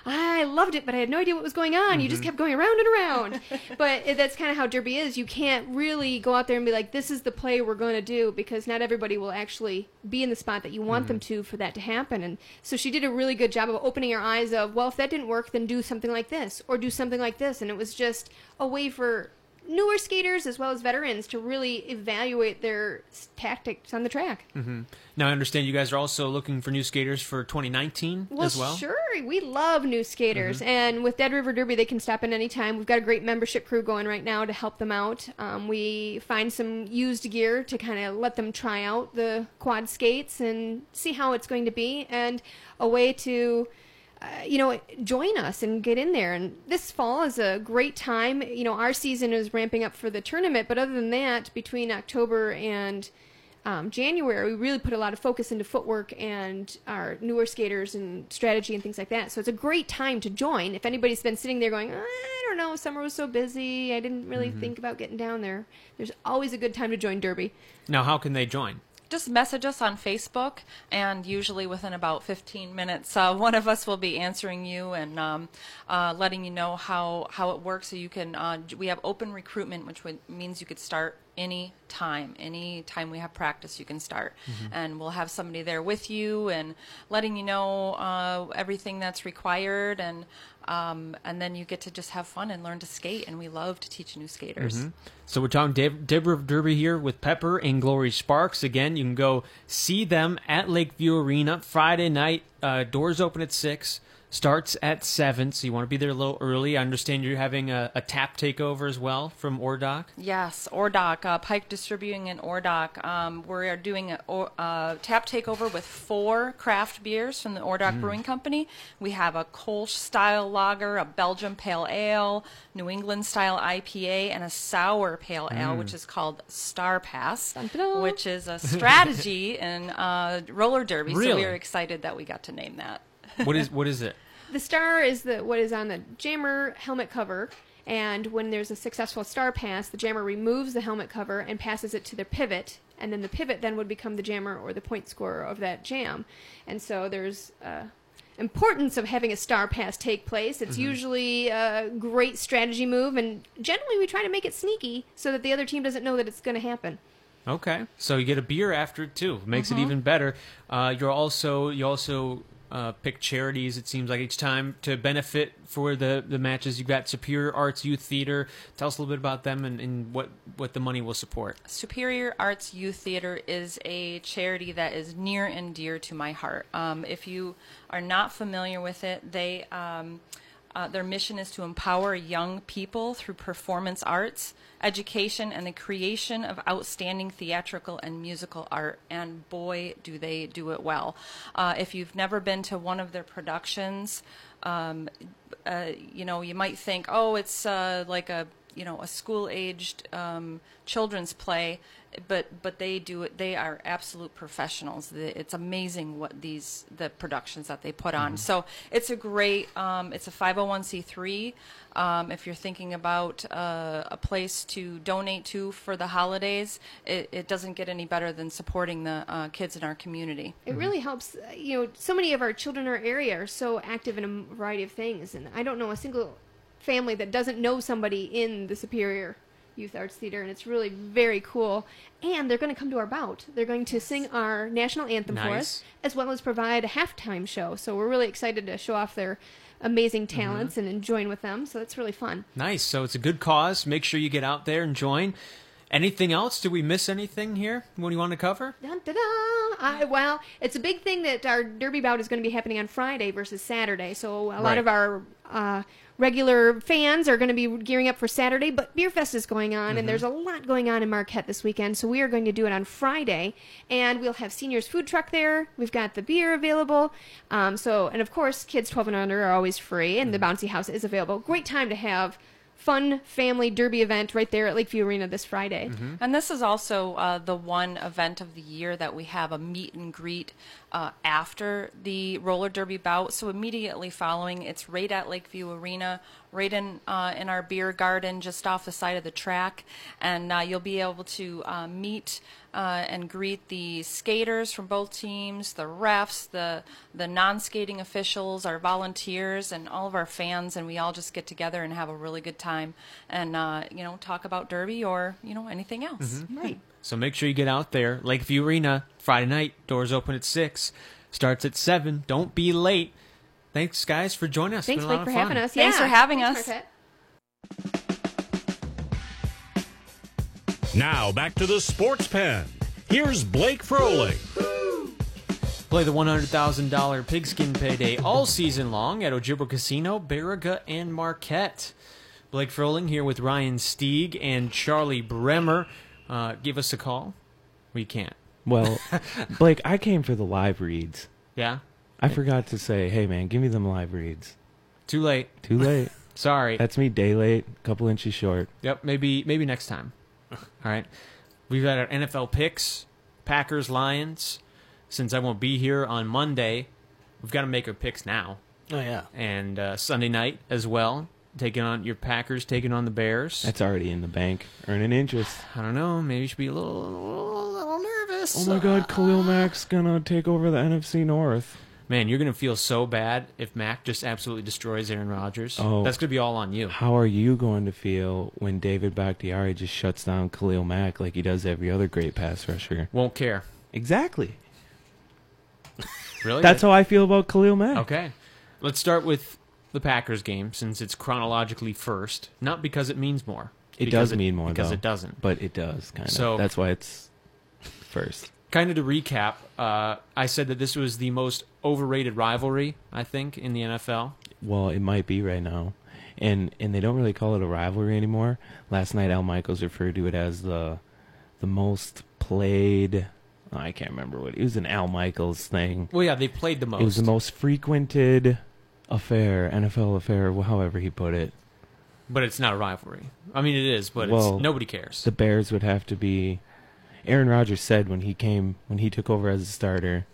[SPEAKER 5] i loved it but i had no idea what was going on you just kept going around and around but it- that's kind of how derby is you can't really go out there and be like this is the play we're going to do because not everybody will actually be in the spot that you want them to for that to happen and so she did a really good job of opening her eyes of well if that didn't work then do something like this or do something like this and it was just a way for newer skaters as well as veterans to really evaluate their s- tactics on the track.
[SPEAKER 2] Mm-hmm. Now I understand you guys are also looking for new skaters for 2019
[SPEAKER 5] Well,
[SPEAKER 2] as well. Mm-hmm.
[SPEAKER 5] sure, we love new skaters, and with Dead River Derby, they can stop in any time. We've got a great membership crew going right now to help them out. Um, we find some used gear to kind of let them try out the quad skates and see how it's going to be, and a way to uh, you know, join us and get in there. And this fall is a great time. You know, our season is ramping up for the tournament, but other than that, between October and um, January, we really put a lot of focus into footwork and our newer skaters and strategy and things like that. So it's a great time to join. If anybody's been sitting there going, I don't know, summer was so busy, I didn't really think about getting down there. There's always a good time to join Derby.
[SPEAKER 2] Now how can they join?
[SPEAKER 6] just message us on Facebook, and usually within about 15 minutes, uh, one of us will be answering you and um, uh, letting you know how, how it works. So you can uh, j- we have open recruitment, which would, means you could start any time, any time we have practice, you can start, and we'll have somebody there with you and letting you know uh, everything that's required, and um, and then you get to just have fun and learn to skate, and we love to teach new skaters.
[SPEAKER 2] So we're talking Deb- Deborah Derby here with Pepper and Glory Sparks. Again, you can go see them at Lakeview Arena Friday night. Uh, doors open at six. Starts at 7, so you want to be there a little early. I understand you're having a, a tap takeover as well from Ordoc.
[SPEAKER 6] Yes, Ordoc, uh, Pike Distributing in Ordoc. Um, we are doing a, or- a tap takeover with four craft beers from the Ordoc Brewing Company. We have a Kolsch style lager, a Belgium pale ale, New England style IPA, and a sour pale ale, which is called Star Pass,
[SPEAKER 5] Dun-dun-dun.
[SPEAKER 6] which is a strategy in uh, roller derby. So
[SPEAKER 2] Really?
[SPEAKER 6] we are excited that we got to name that.
[SPEAKER 2] What is what is it?
[SPEAKER 5] The star is the what is on the jammer helmet cover, and when there's a successful star pass, the jammer removes the helmet cover and passes it to the pivot, and then the pivot then would become the jammer or the point scorer of that jam. And so there's uh, importance of having a star pass take place. It's usually a great strategy move, and generally we try to make it sneaky so that the other team doesn't know that it's going to happen.
[SPEAKER 2] Okay, so you get a beer after it too. Makes
[SPEAKER 5] Mm-hmm.
[SPEAKER 2] it even better. Uh, you're also you also uh, pick charities. It seems like each time to benefit for the the matches. You've got Superior Arts Youth Theater. Tell us a little bit about them and, and what what the money will support.
[SPEAKER 6] Superior Arts Youth Theater is a charity that is near and dear to my heart. Um, if you are not familiar with it, they um, uh, their mission is to empower young people through performance arts, education, and the creation of outstanding theatrical and musical art. And boy, do they do it well! Uh, if you've never been to one of their productions, um, uh, you know you might think, oh, it's uh, like a you know a school aged um, children's play but but they do it they are absolute professionals The- it's amazing what these the productions that they put on so it's a great um, it's a 501c3 um, if you're thinking about uh, a place to donate to for the holidays it, it doesn't get any better than supporting the uh, kids in our community
[SPEAKER 5] It really helps. uh, You know, so many of our children in our area are so active in a variety of things, and I don't know a single family that doesn't know somebody in the Superior Youth Arts Theater, and it's really very cool. And they're going to come to our bout. They're going to sing our national anthem for us,
[SPEAKER 2] Nice.
[SPEAKER 5] as well as provide a halftime show. So we're really excited to show off their amazing talents and and join with them. So that's really fun.
[SPEAKER 2] Nice. So it's a good cause. Make sure you get out there and join. Anything else? Do we miss anything here? What do you want to cover?
[SPEAKER 5] Dun, dun, dun. I, well, it's a big thing that our derby bout is going to be happening on Friday versus Saturday. So a lot
[SPEAKER 2] Right.
[SPEAKER 5] of our uh, regular fans are going to be gearing up for Saturday, but Beer Fest is going on,
[SPEAKER 2] Mm-hmm.
[SPEAKER 5] and there's a lot going on in Marquette this weekend. So we are going to do it on Friday, and we'll have seniors food truck there. We've got the beer available. Um, so and of course, kids 12 and under are always free, and the
[SPEAKER 2] Mm-hmm.
[SPEAKER 5] bouncy house is available. Great time to have fun family derby event right there at Lakeview Arena this Friday.
[SPEAKER 2] Mm-hmm.
[SPEAKER 6] And this is also uh, the one event of the year that we have a meet and greet uh, after the roller derby bout. So immediately following, it's right at Lakeview Arena, right in uh, in our beer garden, just off the side of the track, and uh, you'll be able to uh, meet. Uh, and greet the skaters from both teams, the refs, the the non-skating officials, our volunteers, and all of our fans, and we all just get together and have a really good time, and uh, you know talk about derby or you know anything else.
[SPEAKER 5] Right.
[SPEAKER 2] So make sure you get out there. Lakeview Arena, Friday night. Doors open at 6, starts at 7. Don't be late. Thanks, guys, for joining us. It's
[SPEAKER 5] Thanks,
[SPEAKER 2] been a lot
[SPEAKER 5] Mike, for
[SPEAKER 2] of fun.
[SPEAKER 5] having us.
[SPEAKER 6] Thanks
[SPEAKER 5] Yeah.
[SPEAKER 6] for having us.
[SPEAKER 5] Marquette.
[SPEAKER 1] Now back to the sports pen. Here's Blake Froling.
[SPEAKER 2] Play the $100,000 pigskin payday all season long at Ojibwa Casino, Barriga, and Marquette. Blake Froling here with Ryan Stieg and Charlie Bremer. Uh, give us a call. We can't.
[SPEAKER 4] Well, Blake, I came for the live reads.
[SPEAKER 2] Yeah?
[SPEAKER 4] I forgot to say, hey man, give me them live reads.
[SPEAKER 2] Too late.
[SPEAKER 4] Too late.
[SPEAKER 2] Sorry.
[SPEAKER 4] That's me day late, couple inches short.
[SPEAKER 2] Yep, maybe maybe next time. All right. We've got our NFL picks, Packers, Lions. Since I won't be here on Monday, we've got to make our picks now.
[SPEAKER 3] Oh yeah.
[SPEAKER 2] And uh, Sunday night as well, taking on your Packers, taking on the Bears.
[SPEAKER 4] That's already in the bank, earning interest.
[SPEAKER 2] I don't know, maybe you should be a little, little, little nervous.
[SPEAKER 4] Oh my God, Khalil Mack's gonna take over the NFC North.
[SPEAKER 2] Man, you're going to feel so bad if Mac just absolutely destroys Aaron Rodgers.
[SPEAKER 4] Oh.
[SPEAKER 2] That's going to be all on you.
[SPEAKER 4] How are you going to feel when David Bakhtiari just shuts down Khalil Mack like he does every other great pass rusher?
[SPEAKER 2] Won't care.
[SPEAKER 4] Exactly.
[SPEAKER 2] Really?
[SPEAKER 4] That's how I feel about Khalil Mack.
[SPEAKER 2] Okay. Let's start with the Packers game since it's chronologically first, not because it means more.
[SPEAKER 4] It
[SPEAKER 2] Because
[SPEAKER 4] does mean more
[SPEAKER 2] because
[SPEAKER 4] though,
[SPEAKER 2] it doesn't.
[SPEAKER 4] But it does kind of.
[SPEAKER 2] So-
[SPEAKER 4] That's why it's first.
[SPEAKER 2] kind of to recap, uh, I said that this was the most overrated rivalry I think in the NFL.
[SPEAKER 4] Well, it might be right now, and and they don't really call it a rivalry anymore. Last night, Al Michaels referred to it as the the most played. I can't remember what it was. An Al Michaels thing.
[SPEAKER 2] Well, yeah, they played the most.
[SPEAKER 4] It was the most frequented affair, NFL affair, however he put it.
[SPEAKER 2] but it's not a rivalry. I mean, it is, but
[SPEAKER 4] Well,
[SPEAKER 2] it's, nobody cares.
[SPEAKER 4] The Bears would have to be. Aaron Rodgers said when he came when he took over as a starter,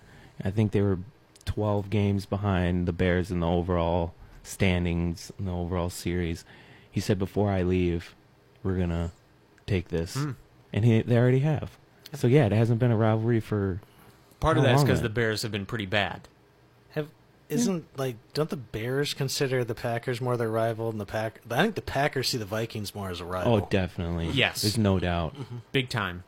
[SPEAKER 4] I think they were 12 games behind the Bears in the overall standings in the overall series. He said before I leave, we're going to take this. And he, they already have. So yeah, it hasn't been a rivalry for
[SPEAKER 2] Part of
[SPEAKER 4] How
[SPEAKER 2] that is
[SPEAKER 4] long
[SPEAKER 2] because
[SPEAKER 4] it?
[SPEAKER 2] the Bears have been pretty bad.
[SPEAKER 3] Have isn't like don't the Bears consider the Packers more their rival than the Pack? I think the Packers see the Vikings more as a rival.
[SPEAKER 4] Oh, definitely.
[SPEAKER 2] Yes.
[SPEAKER 4] There's no doubt.
[SPEAKER 2] big time.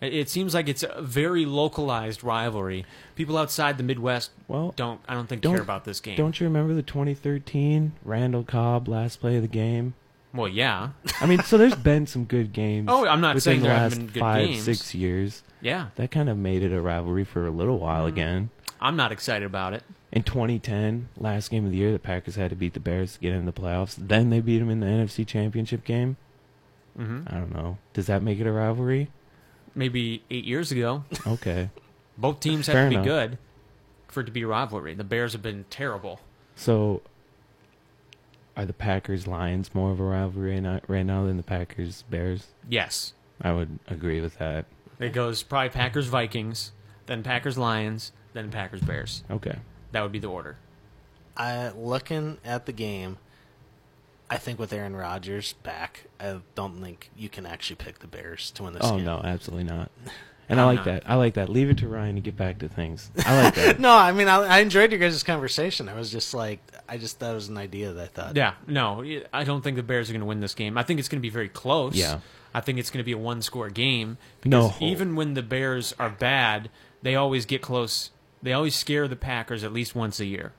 [SPEAKER 2] It it seems like it's a very localized rivalry. People outside the Midwest
[SPEAKER 4] Well,
[SPEAKER 2] don't, I don't think,
[SPEAKER 4] don't-
[SPEAKER 2] care about this game.
[SPEAKER 4] Don't you remember the 2013 Randall Cobb last play of the game?
[SPEAKER 2] Well, yeah,
[SPEAKER 4] I mean, so there's been some good games.
[SPEAKER 2] Oh, I'm not
[SPEAKER 4] within
[SPEAKER 2] saying
[SPEAKER 4] the
[SPEAKER 2] there
[SPEAKER 4] last
[SPEAKER 2] haven't been good
[SPEAKER 4] five,
[SPEAKER 2] games.
[SPEAKER 4] six years.
[SPEAKER 2] yeah.
[SPEAKER 4] That kind of made it a rivalry for a little
[SPEAKER 2] Mm.
[SPEAKER 4] while again.
[SPEAKER 2] I'm not excited about it.
[SPEAKER 4] In 2010, last game of the year, the Packers had to beat the Bears to get into the playoffs. Then they beat them in the NFC Championship game. Mm-hmm. I don't know. Does that make it a rivalry?
[SPEAKER 2] Maybe eight years ago,
[SPEAKER 4] Okay.
[SPEAKER 2] both teams
[SPEAKER 4] Fair
[SPEAKER 2] had to be
[SPEAKER 4] enough.
[SPEAKER 2] good for it to be a rivalry. The Bears have been terrible.
[SPEAKER 4] so, are the Packers Lions more of a rivalry right now, right now than the Packers Bears?
[SPEAKER 2] Yes,
[SPEAKER 4] I would agree with that.
[SPEAKER 2] it goes probably Packers Vikings, then Packers Lions, then Packers Bears.
[SPEAKER 4] Okay.
[SPEAKER 2] That would be the order.
[SPEAKER 3] I looking at the game. I think with Aaron Rodgers back, I don't think you can actually pick the Bears to win this
[SPEAKER 4] Oh
[SPEAKER 3] game.
[SPEAKER 4] no, absolutely not. And i like
[SPEAKER 2] not.
[SPEAKER 4] that. I like that. Leave it to Ryan to get back to things. I like that.
[SPEAKER 3] No, I mean I, I enjoyed your guys' conversation. I was just like, I just that was an idea that I thought.
[SPEAKER 2] Yeah, no, I don't think the Bears are going to win this game. I think it's going to be very close.
[SPEAKER 4] Yeah.
[SPEAKER 2] I think it's going to be a one-score game
[SPEAKER 4] No.
[SPEAKER 2] because even when the Bears are bad, they always get close. They always scare the Packers at least once a year.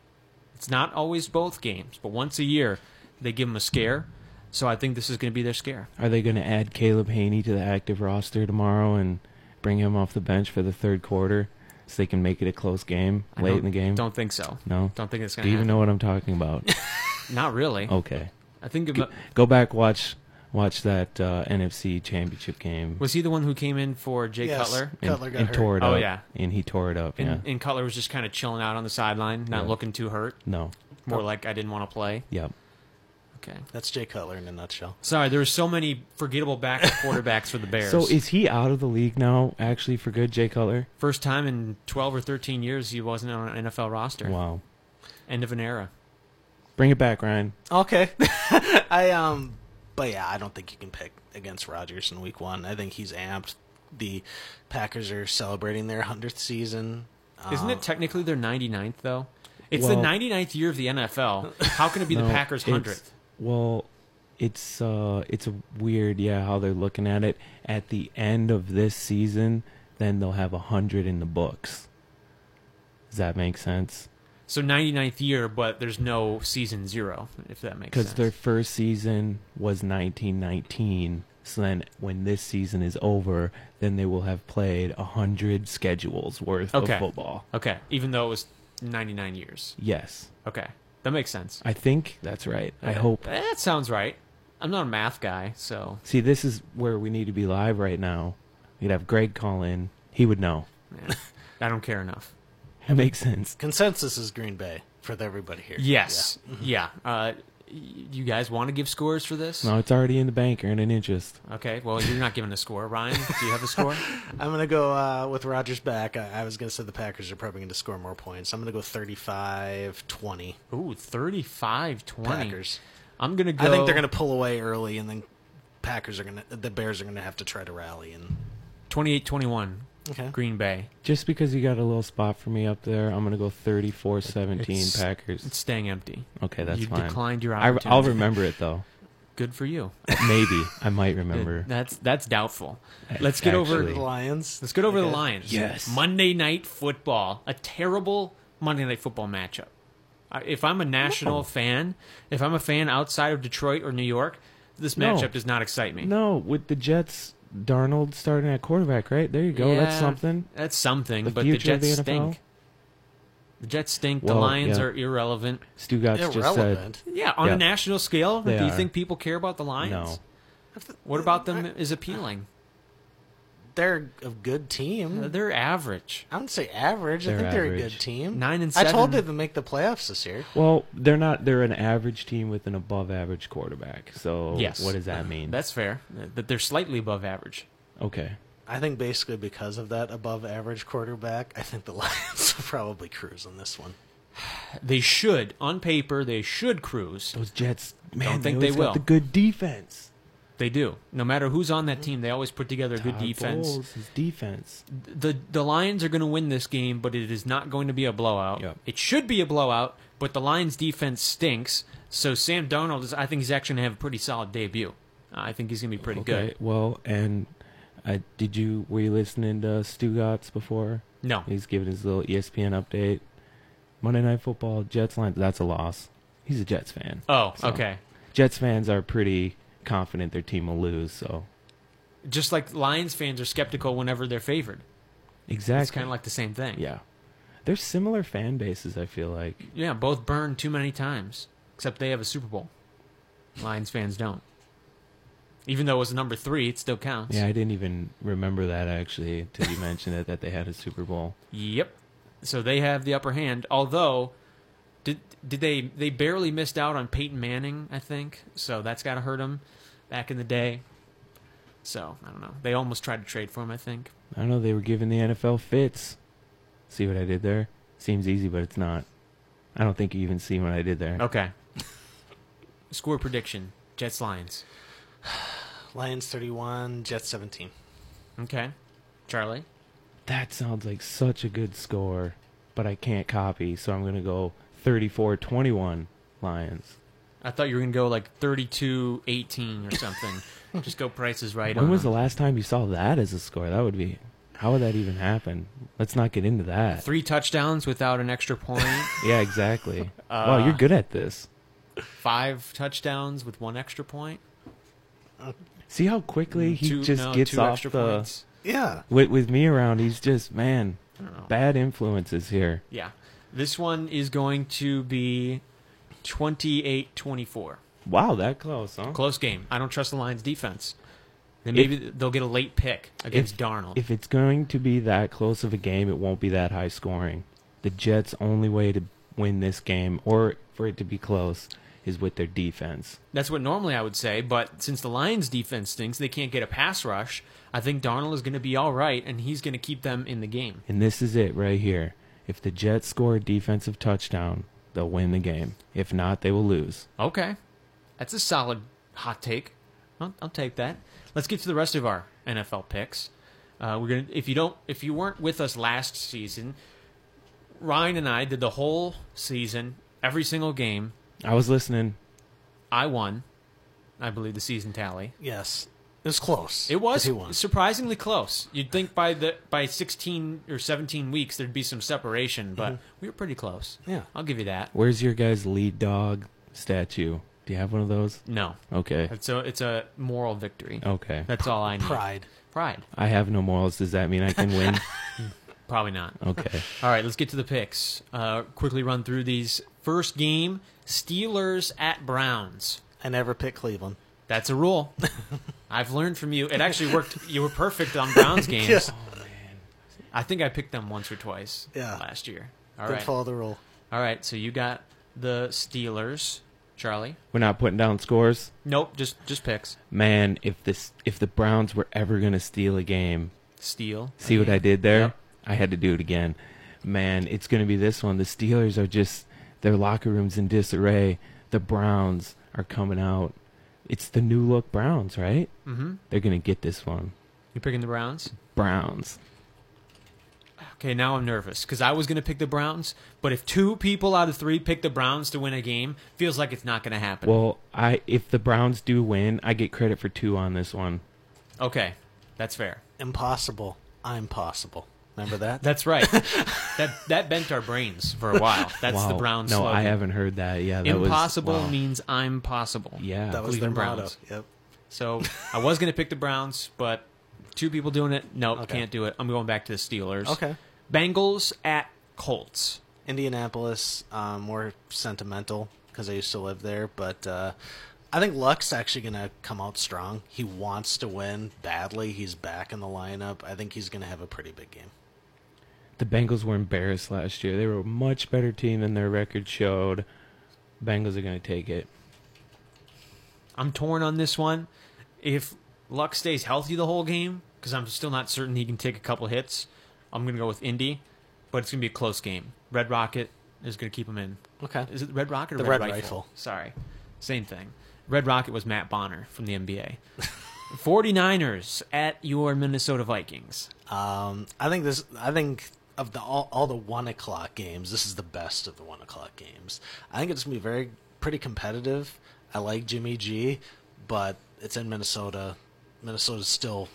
[SPEAKER 2] It's not always both games, but once a year they give them a scare. So I think this is going to be their scare.
[SPEAKER 4] Are they going to add Caleb Haney to the active roster tomorrow and bring him off the bench for the third quarter so they can make it a close game
[SPEAKER 2] I
[SPEAKER 4] late
[SPEAKER 2] don't-
[SPEAKER 4] in the game?
[SPEAKER 2] Don't think so.
[SPEAKER 4] No?
[SPEAKER 2] Don't think it's
[SPEAKER 4] Do
[SPEAKER 2] going to
[SPEAKER 4] you even Oh.
[SPEAKER 2] happen.
[SPEAKER 4] know what I'm talking about?
[SPEAKER 2] Not really.
[SPEAKER 4] okay.
[SPEAKER 2] I think about,
[SPEAKER 4] Go back watch watch that uh, NFC Championship game.
[SPEAKER 2] was he the one who came in for Jay
[SPEAKER 3] Yes.
[SPEAKER 2] Cutler?
[SPEAKER 4] and,
[SPEAKER 3] Cutler got
[SPEAKER 4] and
[SPEAKER 3] hurt.
[SPEAKER 4] tore it
[SPEAKER 2] Oh,
[SPEAKER 4] up.
[SPEAKER 2] yeah.
[SPEAKER 4] And he tore it up.
[SPEAKER 2] And,
[SPEAKER 4] yeah.
[SPEAKER 2] and Cutler was just kind of chilling out on the sideline, not
[SPEAKER 4] Yeah.
[SPEAKER 2] looking too hurt.
[SPEAKER 4] no.
[SPEAKER 2] More like I didn't want to play.
[SPEAKER 4] Yep.
[SPEAKER 2] Okay.
[SPEAKER 3] That's Jay Cutler in a nutshell.
[SPEAKER 2] Sorry, there were so many forgettable backup quarterbacks for the Bears.
[SPEAKER 4] So is he out of the league now actually for good, Jay Cutler?
[SPEAKER 2] First time in 12 or 13 years he wasn't on an NFL roster.
[SPEAKER 4] Wow.
[SPEAKER 2] End of an era.
[SPEAKER 4] Bring it back, Ryan.
[SPEAKER 3] Okay. I um but yeah, I don't think you can pick against Rodgers in week 1. I think he's amped. The Packers are celebrating their 100th season. Um,
[SPEAKER 2] Isn't it technically their 99th, though? It's the
[SPEAKER 4] Well-
[SPEAKER 2] 99th year of the NFL. How can it be the
[SPEAKER 4] No,
[SPEAKER 2] Packers'
[SPEAKER 4] it's-
[SPEAKER 2] 100th?
[SPEAKER 4] Well, it's uh, it's a weird, yeah, how they're looking at it. At the end of this season, then they'll have a hundred in the books. Does that make sense?
[SPEAKER 2] So 99th year, but there's no season zero, if that makes sense.
[SPEAKER 4] Because their first season was 1919. So then, when this season is over, then they will have played a hundred schedules worth
[SPEAKER 2] Okay.
[SPEAKER 4] of football.
[SPEAKER 2] Okay, even though it was 99 years.
[SPEAKER 4] Yes,
[SPEAKER 2] Okay, that makes sense.
[SPEAKER 4] I think that's right. I hope.
[SPEAKER 2] That sounds right. I'm not a math guy, so
[SPEAKER 4] See, this is where we need to be live right now. We could have Greg call in. He would know.
[SPEAKER 2] yeah, I don't care enough.
[SPEAKER 4] That makes sense.
[SPEAKER 3] consensus is Green Bay for everybody here.
[SPEAKER 2] Yes. Yeah. Uh, y- you guys want to give scores for this?
[SPEAKER 4] No, it's already in the bank, earning interest.
[SPEAKER 2] Okay. Well, you're not giving a score, Ryan. Do you have a score?
[SPEAKER 3] Yeah. I'm going to go uh, with Rodgers back. I, I was going to say the Packers are probably going to score more points. I'm going to go 35-20
[SPEAKER 2] Ooh, 35-20.
[SPEAKER 3] Packers.
[SPEAKER 2] I'm gonna go.
[SPEAKER 3] I think they're going to pull away early and then Packers are going to the Bears are going to have to try to rally and
[SPEAKER 2] 28-21.
[SPEAKER 3] Okay.
[SPEAKER 2] Green Bay.
[SPEAKER 4] Just because you got a little spot for me up there, I'm going to go 34 17
[SPEAKER 2] It's- It's
[SPEAKER 4] Packers.
[SPEAKER 2] staying empty.
[SPEAKER 4] Okay, that's
[SPEAKER 2] you
[SPEAKER 4] fine.
[SPEAKER 2] declined your
[SPEAKER 4] I,
[SPEAKER 2] opportunity.
[SPEAKER 4] I'll remember it, though.
[SPEAKER 2] Good for you.
[SPEAKER 4] Maybe. I might remember.
[SPEAKER 2] That's that's doubtful. Let's get
[SPEAKER 4] Actually.
[SPEAKER 2] over.
[SPEAKER 3] the Lions.
[SPEAKER 2] Let's get over the
[SPEAKER 3] Okay.
[SPEAKER 2] Lions.
[SPEAKER 4] Yes.
[SPEAKER 2] Monday Night Football. A terrible Monday Night Football matchup. I- If I'm a national fan, if I'm a fan outside of Detroit or New York, this
[SPEAKER 4] No.
[SPEAKER 2] matchup does not excite me.
[SPEAKER 4] No, with the Jets Darnold starting at quarterback, right? There you go. That's
[SPEAKER 2] Yeah,
[SPEAKER 4] something.
[SPEAKER 2] That's something.
[SPEAKER 4] The
[SPEAKER 2] but the
[SPEAKER 4] future of
[SPEAKER 2] Jets
[SPEAKER 4] the NFL?
[SPEAKER 2] stink. The Jets stink. the
[SPEAKER 4] Well,
[SPEAKER 2] Lions
[SPEAKER 4] yeah.
[SPEAKER 2] are irrelevant.
[SPEAKER 4] Stu Gotts
[SPEAKER 2] uh,
[SPEAKER 4] just said.
[SPEAKER 3] Irrelevant.
[SPEAKER 2] Yeah, on
[SPEAKER 4] Yeah.
[SPEAKER 2] a national scale,
[SPEAKER 4] They
[SPEAKER 2] do you
[SPEAKER 4] are.
[SPEAKER 2] think people care about the Lions?
[SPEAKER 4] No.
[SPEAKER 2] What about them is appealing?
[SPEAKER 3] They're a good team.
[SPEAKER 2] They're average.
[SPEAKER 3] I wouldn't say average. I
[SPEAKER 4] They're
[SPEAKER 3] think they're a
[SPEAKER 4] average.
[SPEAKER 3] good team.
[SPEAKER 2] Nine and
[SPEAKER 3] I told
[SPEAKER 2] seven.
[SPEAKER 3] them to make the playoffs this year.
[SPEAKER 4] Well, they're not. They're an average team with an above-average quarterback. So
[SPEAKER 2] Yes.
[SPEAKER 4] what does that mean?
[SPEAKER 2] That's fair. That they're slightly above average.
[SPEAKER 4] okay.
[SPEAKER 3] I think basically because of that above average quarterback, I think the Lions will probably cruise on this one.
[SPEAKER 2] They should, on paper, they should cruise.
[SPEAKER 4] Those Jets, man,
[SPEAKER 2] Don't think
[SPEAKER 4] they,
[SPEAKER 2] they
[SPEAKER 4] always
[SPEAKER 2] will.
[SPEAKER 4] got the good defense.
[SPEAKER 2] They do. No matter who's on that team, they always put together a good
[SPEAKER 4] Todd
[SPEAKER 2] defense.
[SPEAKER 4] Bowles, his defense.
[SPEAKER 2] The the Lions are going to win this game, but it is not going to be a blowout.
[SPEAKER 4] Yep.
[SPEAKER 2] It should be a blowout, but the Lions defense stinks. So Sam Darnold is I think he's actually going to have a pretty solid debut. I think he's going to be pretty
[SPEAKER 4] Okay.
[SPEAKER 2] good.
[SPEAKER 4] Well, and I did you were you listening to Stu Gotts before?
[SPEAKER 2] No.
[SPEAKER 4] He's giving his little E ESPN update. Monday Night Football, Jets line. That's a loss. He's a Jets fan.
[SPEAKER 2] Oh,
[SPEAKER 4] So,
[SPEAKER 2] okay.
[SPEAKER 4] Jets fans are pretty confident their team will lose. So
[SPEAKER 2] Just like Lions fans are skeptical whenever they're favored.
[SPEAKER 4] exactly.
[SPEAKER 2] It's kind of like the same thing.
[SPEAKER 4] yeah. They're similar fan bases. I feel like.
[SPEAKER 2] Yeah, both burned too many times. Except they have a Super Bowl. Lions fans don't. Even though it was number three, it still counts.
[SPEAKER 4] Yeah, I didn't even remember that actually until you mentioned it that they had a Super Bowl.
[SPEAKER 2] Yep. So they have the upper hand. Although, did did they they barely missed out on Peyton Manning? I think so. That's got to hurt them back in the day. So I don't know. They almost tried to trade for him. I think.
[SPEAKER 4] I don't know. They were giving the NFL fits. See what I did there? Seems easy, but it's not. I don't think you even seen what I did there.
[SPEAKER 2] Okay. Score prediction: Jets Lions.
[SPEAKER 3] Lions 31, Jets 17.
[SPEAKER 2] Okay. Charlie.
[SPEAKER 4] That sounds like such a good score, but I can't copy, so I'm going to go 34 21 Lions.
[SPEAKER 2] I thought you were gonna go like 32-18 or something. Just go prices right.
[SPEAKER 4] When
[SPEAKER 2] on
[SPEAKER 4] was the
[SPEAKER 2] them.
[SPEAKER 4] last time you saw that as a score? That would be. How would that even happen? Let's not get into that.
[SPEAKER 2] three touchdowns without an extra point?
[SPEAKER 4] Yeah, exactly. wow,
[SPEAKER 2] Uh,
[SPEAKER 4] you're good at this.
[SPEAKER 2] five touchdowns with one extra point?
[SPEAKER 4] See how quickly he
[SPEAKER 2] two,
[SPEAKER 4] just
[SPEAKER 2] no,
[SPEAKER 4] gets
[SPEAKER 2] two
[SPEAKER 4] off
[SPEAKER 2] extra
[SPEAKER 4] the.
[SPEAKER 2] points.
[SPEAKER 3] Yeah.
[SPEAKER 4] With, with me around, he's just, man,
[SPEAKER 2] don't know.
[SPEAKER 4] bad influences here.
[SPEAKER 2] Yeah. This one is going to be 28 24.
[SPEAKER 4] Wow, that close, huh?
[SPEAKER 2] Close game. I don't trust the Lions defense. Then maybe they'll get a late pick against Darnold.
[SPEAKER 4] If it's going to be that close of a game, it won't be that high scoring. The Jets' only way to win this game, or for it to be close, is with their defense.
[SPEAKER 2] That's what normally I would say, but since the Lions defense stinks, they can't get a pass rush. I think Darnold is going to be all right, and he's going to keep them in the game.
[SPEAKER 4] And this is it right here. If the Jets score a defensive touchdown, they'll win the game. If not, they will lose.
[SPEAKER 2] Okay. That's a solid hot take. I'll, I'll take that. Let's get to the rest of our NFL picks. Uh, we're gonna if you don't if you weren't with us last season, Ryan and I did the whole season, every single game.
[SPEAKER 4] I was listening.
[SPEAKER 2] I won. I believe the season tally.
[SPEAKER 3] Yes. It was close.
[SPEAKER 2] It was
[SPEAKER 3] He won.
[SPEAKER 2] surprisingly close. You'd think by the by sixteen or seventeen weeks there'd be some separation, but we were pretty close.
[SPEAKER 3] Mm-hmm. Yeah.
[SPEAKER 2] I'll give you that.
[SPEAKER 4] Where's your guys' lead dog statue? Do you have one of those?
[SPEAKER 2] No,
[SPEAKER 4] Okay.
[SPEAKER 2] it's a it's a moral victory.
[SPEAKER 4] Okay.
[SPEAKER 2] That's all I need.
[SPEAKER 3] Pride.
[SPEAKER 2] Pride.
[SPEAKER 4] I have no morals. Does that mean I can win?
[SPEAKER 2] Probably not.
[SPEAKER 4] Okay.
[SPEAKER 2] All right, let's get to the picks. Uh, quickly run through these. First game Steelers at Browns.
[SPEAKER 3] I never picked Cleveland.
[SPEAKER 2] That's a rule. I've learned from you. It actually worked. You were perfect on Browns games. I think I picked them once or twice
[SPEAKER 3] Yeah.
[SPEAKER 2] last year. All
[SPEAKER 3] Didn't
[SPEAKER 2] right.
[SPEAKER 3] follow the rule.
[SPEAKER 2] All right, so you got the Steelers, Charlie.
[SPEAKER 4] We're not putting down scores.
[SPEAKER 2] Nope, just just picks.
[SPEAKER 4] man, if this if the Browns were ever gonna steal a game,
[SPEAKER 2] Steel.
[SPEAKER 4] see what I did there?
[SPEAKER 2] Yep.
[SPEAKER 4] I had to do it again. Man, it's gonna be this one. The Steelers are just their locker rooms in disarray. The Browns are coming out. It's the new look Browns, right? Mm-hmm. They're gonna get this one.
[SPEAKER 2] You picking the Browns?
[SPEAKER 4] Browns.
[SPEAKER 2] Okay, now I'm nervous because I was going to pick the Browns, but if two people out of three pick the Browns to win a game, feels like it's not going to happen.
[SPEAKER 4] Well, I if the Browns do win, I get credit for two on this one.
[SPEAKER 2] okay, that's fair.
[SPEAKER 3] Impossible. I'm possible. Remember that?
[SPEAKER 2] That's right. that that bent our brains for a while. That's the
[SPEAKER 4] Wow.
[SPEAKER 2] Browns.
[SPEAKER 4] No,
[SPEAKER 2] slogan.
[SPEAKER 4] I haven't heard that. Yeah, that was-
[SPEAKER 2] Impossible
[SPEAKER 4] wow.
[SPEAKER 2] means I'm possible.
[SPEAKER 4] Yeah.
[SPEAKER 3] that was their
[SPEAKER 2] Cleveland
[SPEAKER 3] motto.
[SPEAKER 2] Browns.
[SPEAKER 3] Yep.
[SPEAKER 2] So I was going to pick the Browns, but Two people doing it. Nope,
[SPEAKER 3] Okay.
[SPEAKER 2] can't do it. I'm going back to the Steelers.
[SPEAKER 3] Okay.
[SPEAKER 2] Bengals at Colts.
[SPEAKER 3] Indianapolis, um, we're sentimental because I used to live there, but uh, I think Luck's actually going to come out strong. He wants to win badly. He's back in the lineup. I think he's going to have a pretty big game.
[SPEAKER 4] The Bengals were embarrassed last year. They were a much better team than their record showed. Bengals are going to take it.
[SPEAKER 2] I'm torn on this one. If Luck stays healthy the whole game, because I'm still not certain he can take a couple hits, I'm going to go with Indy, but it's going to be a close game. Red Rocket is going to keep him in.
[SPEAKER 3] Okay.
[SPEAKER 2] Is it Red Rocket or
[SPEAKER 3] The
[SPEAKER 2] Red,
[SPEAKER 3] Red
[SPEAKER 2] Rifle?
[SPEAKER 3] Rifle.
[SPEAKER 2] Sorry. Same thing. Red Rocket was Matt Bonner from the NBA. 49ers at your Minnesota Vikings.
[SPEAKER 3] Um, I think this. I think of the all, all the one o'clock games, this is the best of the one o'clock games. I think it's gonna be very pretty competitive. I like Jimmy G, but it's in Minnesota. Minnesota's still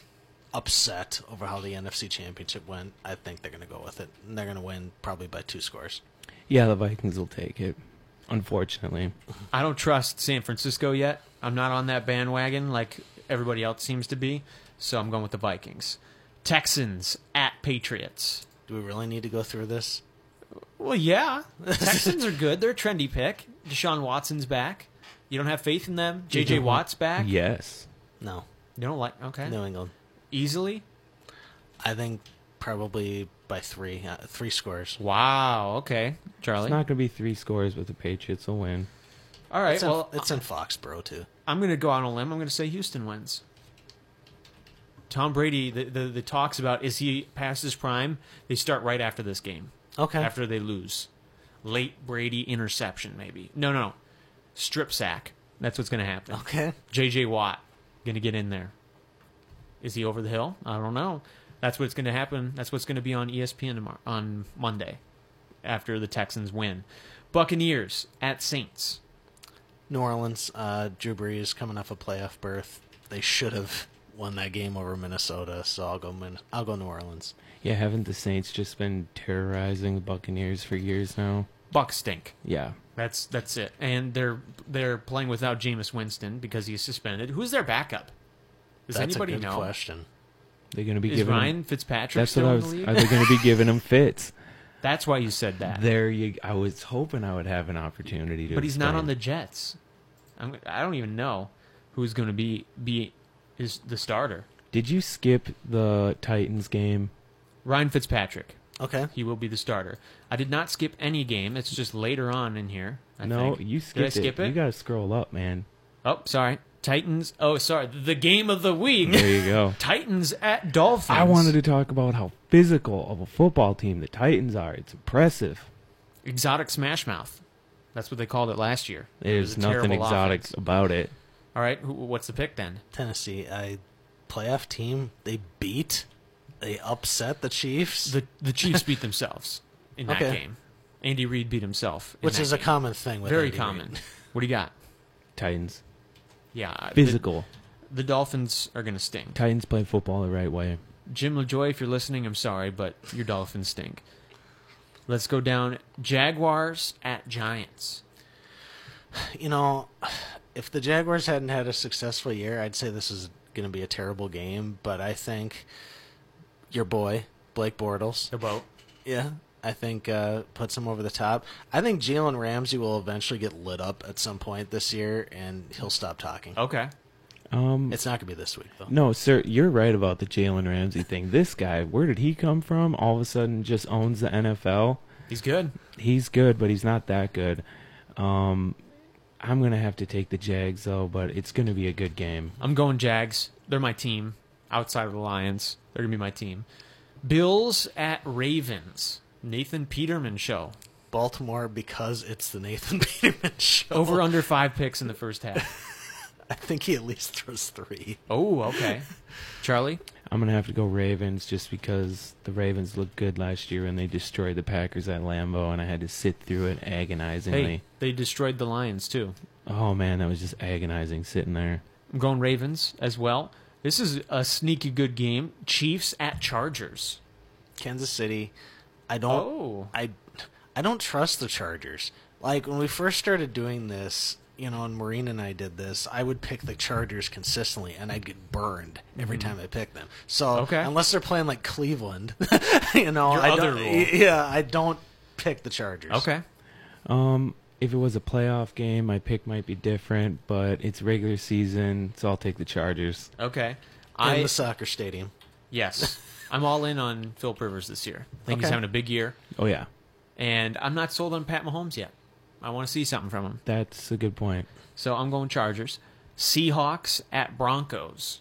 [SPEAKER 3] upset over how the NFC Championship went. I think they're gonna go with it, and they're gonna win probably by two scores.
[SPEAKER 4] Yeah, the Vikings will take it. Unfortunately,
[SPEAKER 2] I don't trust San Francisco yet. I'm not on that bandwagon like everybody else seems to be, so I'm going with the Vikings. Texans at Patriots.
[SPEAKER 3] Do we really need to go through this?
[SPEAKER 2] Well, yeah. Texans are good. They're a trendy pick. Deshaun Watson's back. You don't have faith in them. JJ Watt's back.
[SPEAKER 4] yes.
[SPEAKER 3] No,
[SPEAKER 2] You don't like okay.
[SPEAKER 3] New England.
[SPEAKER 2] Easily?
[SPEAKER 3] I think probably by three, uh, three scores.
[SPEAKER 2] Wow, okay. Charlie.
[SPEAKER 4] It's not going to be three scores, but the Patriots will win.
[SPEAKER 2] All right.
[SPEAKER 3] It's in,
[SPEAKER 2] well,
[SPEAKER 3] it's in Foxborough too.
[SPEAKER 2] I'm going to go out on a limb. I'm going to say Houston wins. Tom Brady, the, the, the talks about is he past his prime? They start right after this game.
[SPEAKER 3] Okay.
[SPEAKER 2] After they lose. Late Brady interception, maybe. No, no. Strip sack. That's what's going to happen.
[SPEAKER 3] Okay.
[SPEAKER 2] JJ Watt going to get in there. Is he over the hill? I don't know. That's what's going to happen. That's what's going to be on E ESPN tomorrow, on Monday after the Texans win. Buccaneers at Saints.
[SPEAKER 3] New Orleans, uh, Drew Brees coming off a playoff berth. They should have won that game over Minnesota, so I'll go. Min- I'll go New Orleans.
[SPEAKER 4] Yeah, haven't the Saints just been terrorizing the Buccaneers for years now?
[SPEAKER 2] Bucks stink.
[SPEAKER 4] Yeah.
[SPEAKER 2] That's that's it. And they're they're playing without Jameis Winston because he's suspended. Who's their backup? Does
[SPEAKER 3] That's
[SPEAKER 2] anybody
[SPEAKER 3] a good
[SPEAKER 2] know?
[SPEAKER 3] question.
[SPEAKER 4] They're going to be
[SPEAKER 2] Is
[SPEAKER 4] giving
[SPEAKER 2] Ryan
[SPEAKER 4] Them,
[SPEAKER 2] Fitzpatrick
[SPEAKER 4] that's
[SPEAKER 2] still
[SPEAKER 4] what I
[SPEAKER 2] in the
[SPEAKER 4] was.
[SPEAKER 2] league?
[SPEAKER 4] Are they going to be giving them fits?
[SPEAKER 2] that's why you said that.
[SPEAKER 4] There you. I was hoping I would have an opportunity to.
[SPEAKER 2] but he's not
[SPEAKER 4] explain.
[SPEAKER 2] on the Jets. I'm, I don't even know who's going to be be is the starter.
[SPEAKER 4] Did you skip the Titans game?
[SPEAKER 2] Ryan Fitzpatrick.
[SPEAKER 3] Okay.
[SPEAKER 2] He will be the starter. I did not skip any game. It's just later on in here. I
[SPEAKER 4] no,
[SPEAKER 2] think.
[SPEAKER 4] you
[SPEAKER 2] Did
[SPEAKER 4] skipped
[SPEAKER 2] I skip it.
[SPEAKER 4] You got to scroll up, man.
[SPEAKER 2] oh, sorry. Titans. Oh, sorry. The game of the week.
[SPEAKER 4] There you go.
[SPEAKER 2] Titans at Dolphins.
[SPEAKER 4] I wanted to talk about how physical of a football team the Titans are. It's impressive.
[SPEAKER 2] exotic smash mouth. That's what they called it last year. It was
[SPEAKER 4] There's
[SPEAKER 2] a
[SPEAKER 4] nothing
[SPEAKER 2] terrible
[SPEAKER 4] exotic
[SPEAKER 2] offense.
[SPEAKER 4] about it.
[SPEAKER 2] All right, who, what's the pick then?
[SPEAKER 3] Tennessee, a playoff team. They beat. They upset the Chiefs,
[SPEAKER 2] The the Chiefs beat themselves in that
[SPEAKER 3] Okay.
[SPEAKER 2] game. Andy Reid beat himself, in
[SPEAKER 3] which
[SPEAKER 2] that
[SPEAKER 3] is a
[SPEAKER 2] game.
[SPEAKER 3] common thing. with
[SPEAKER 2] very
[SPEAKER 3] Andy Reid.
[SPEAKER 2] common. What do you got?
[SPEAKER 4] Titans
[SPEAKER 2] Yeah, I-
[SPEAKER 4] physical.
[SPEAKER 2] The, the Dolphins are going to stink.
[SPEAKER 4] Titans play football the right way.
[SPEAKER 2] Jim LaJoy, if you're listening, I'm sorry, but your Dolphins stink. Let's go down. Jaguars at Giants.
[SPEAKER 3] You know, if the Jaguars hadn't had a successful year, I'd say this is going to be a terrible game. But I think your boy Blake Bortles
[SPEAKER 2] The boat.
[SPEAKER 3] Yeah, I think uh, puts him over the top. I think Jalen Ramsey will eventually get lit up at some point this year, and he'll stop talking.
[SPEAKER 2] Okay.
[SPEAKER 4] Um,
[SPEAKER 3] It's not gonna be this week though.
[SPEAKER 4] no, sir, you're right about the Jalen Ramsey thing. This guy, where did he come from? All of a sudden, just owns the NFL.
[SPEAKER 2] He's good.
[SPEAKER 4] He's good, but he's not that good. Um, I'm gonna have to take the Jags though, but it's gonna be a good game.
[SPEAKER 2] I'm going Jags. They're my team. Outside of the Lions, they're gonna be my team. Bills at Ravens. Nathan Peterman show.
[SPEAKER 3] Baltimore because it's the Nathan Peterman show.
[SPEAKER 2] Over under five picks in the first half.
[SPEAKER 3] I think he at least throws three.
[SPEAKER 2] Oh, okay. Charlie,
[SPEAKER 4] I'm gonna have to go Ravens just because the Ravens looked good last year and they destroyed the Packers at Lambeau, and I had to sit through it agonizingly.
[SPEAKER 2] hey, they destroyed the Lions too.
[SPEAKER 4] Oh man, that was just agonizing sitting there.
[SPEAKER 2] I'm going Ravens as well. This is a sneaky good game. Chiefs at Chargers.
[SPEAKER 3] Kansas City. I don't.
[SPEAKER 2] Oh.
[SPEAKER 3] I I don't trust the Chargers. Like when we first started doing this, you know, and Maureen and I did this, I would pick the Chargers consistently, and I'd get burned every time I picked them. So
[SPEAKER 2] Mm-hmm. Okay.
[SPEAKER 3] unless they're playing like Cleveland, you know,
[SPEAKER 2] Your
[SPEAKER 3] I
[SPEAKER 2] other
[SPEAKER 3] don't,
[SPEAKER 2] rule.
[SPEAKER 3] yeah, I don't pick the Chargers.
[SPEAKER 2] Oh. Okay.
[SPEAKER 4] Um, if it was a playoff game, my pick might be different, but it's regular season, so I'll take the Chargers.
[SPEAKER 2] Okay.
[SPEAKER 3] in
[SPEAKER 2] I
[SPEAKER 3] the soccer stadium.
[SPEAKER 2] yes, I'm all in on Phil Rivers this year. I think he's
[SPEAKER 3] Okay.
[SPEAKER 2] having a big year,
[SPEAKER 4] Oh yeah,
[SPEAKER 2] and I'm not sold on Pat Mahomes yet. I want to see something from him,
[SPEAKER 4] that's a good point.
[SPEAKER 2] so I'm going Chargers. Seahawks at Broncos.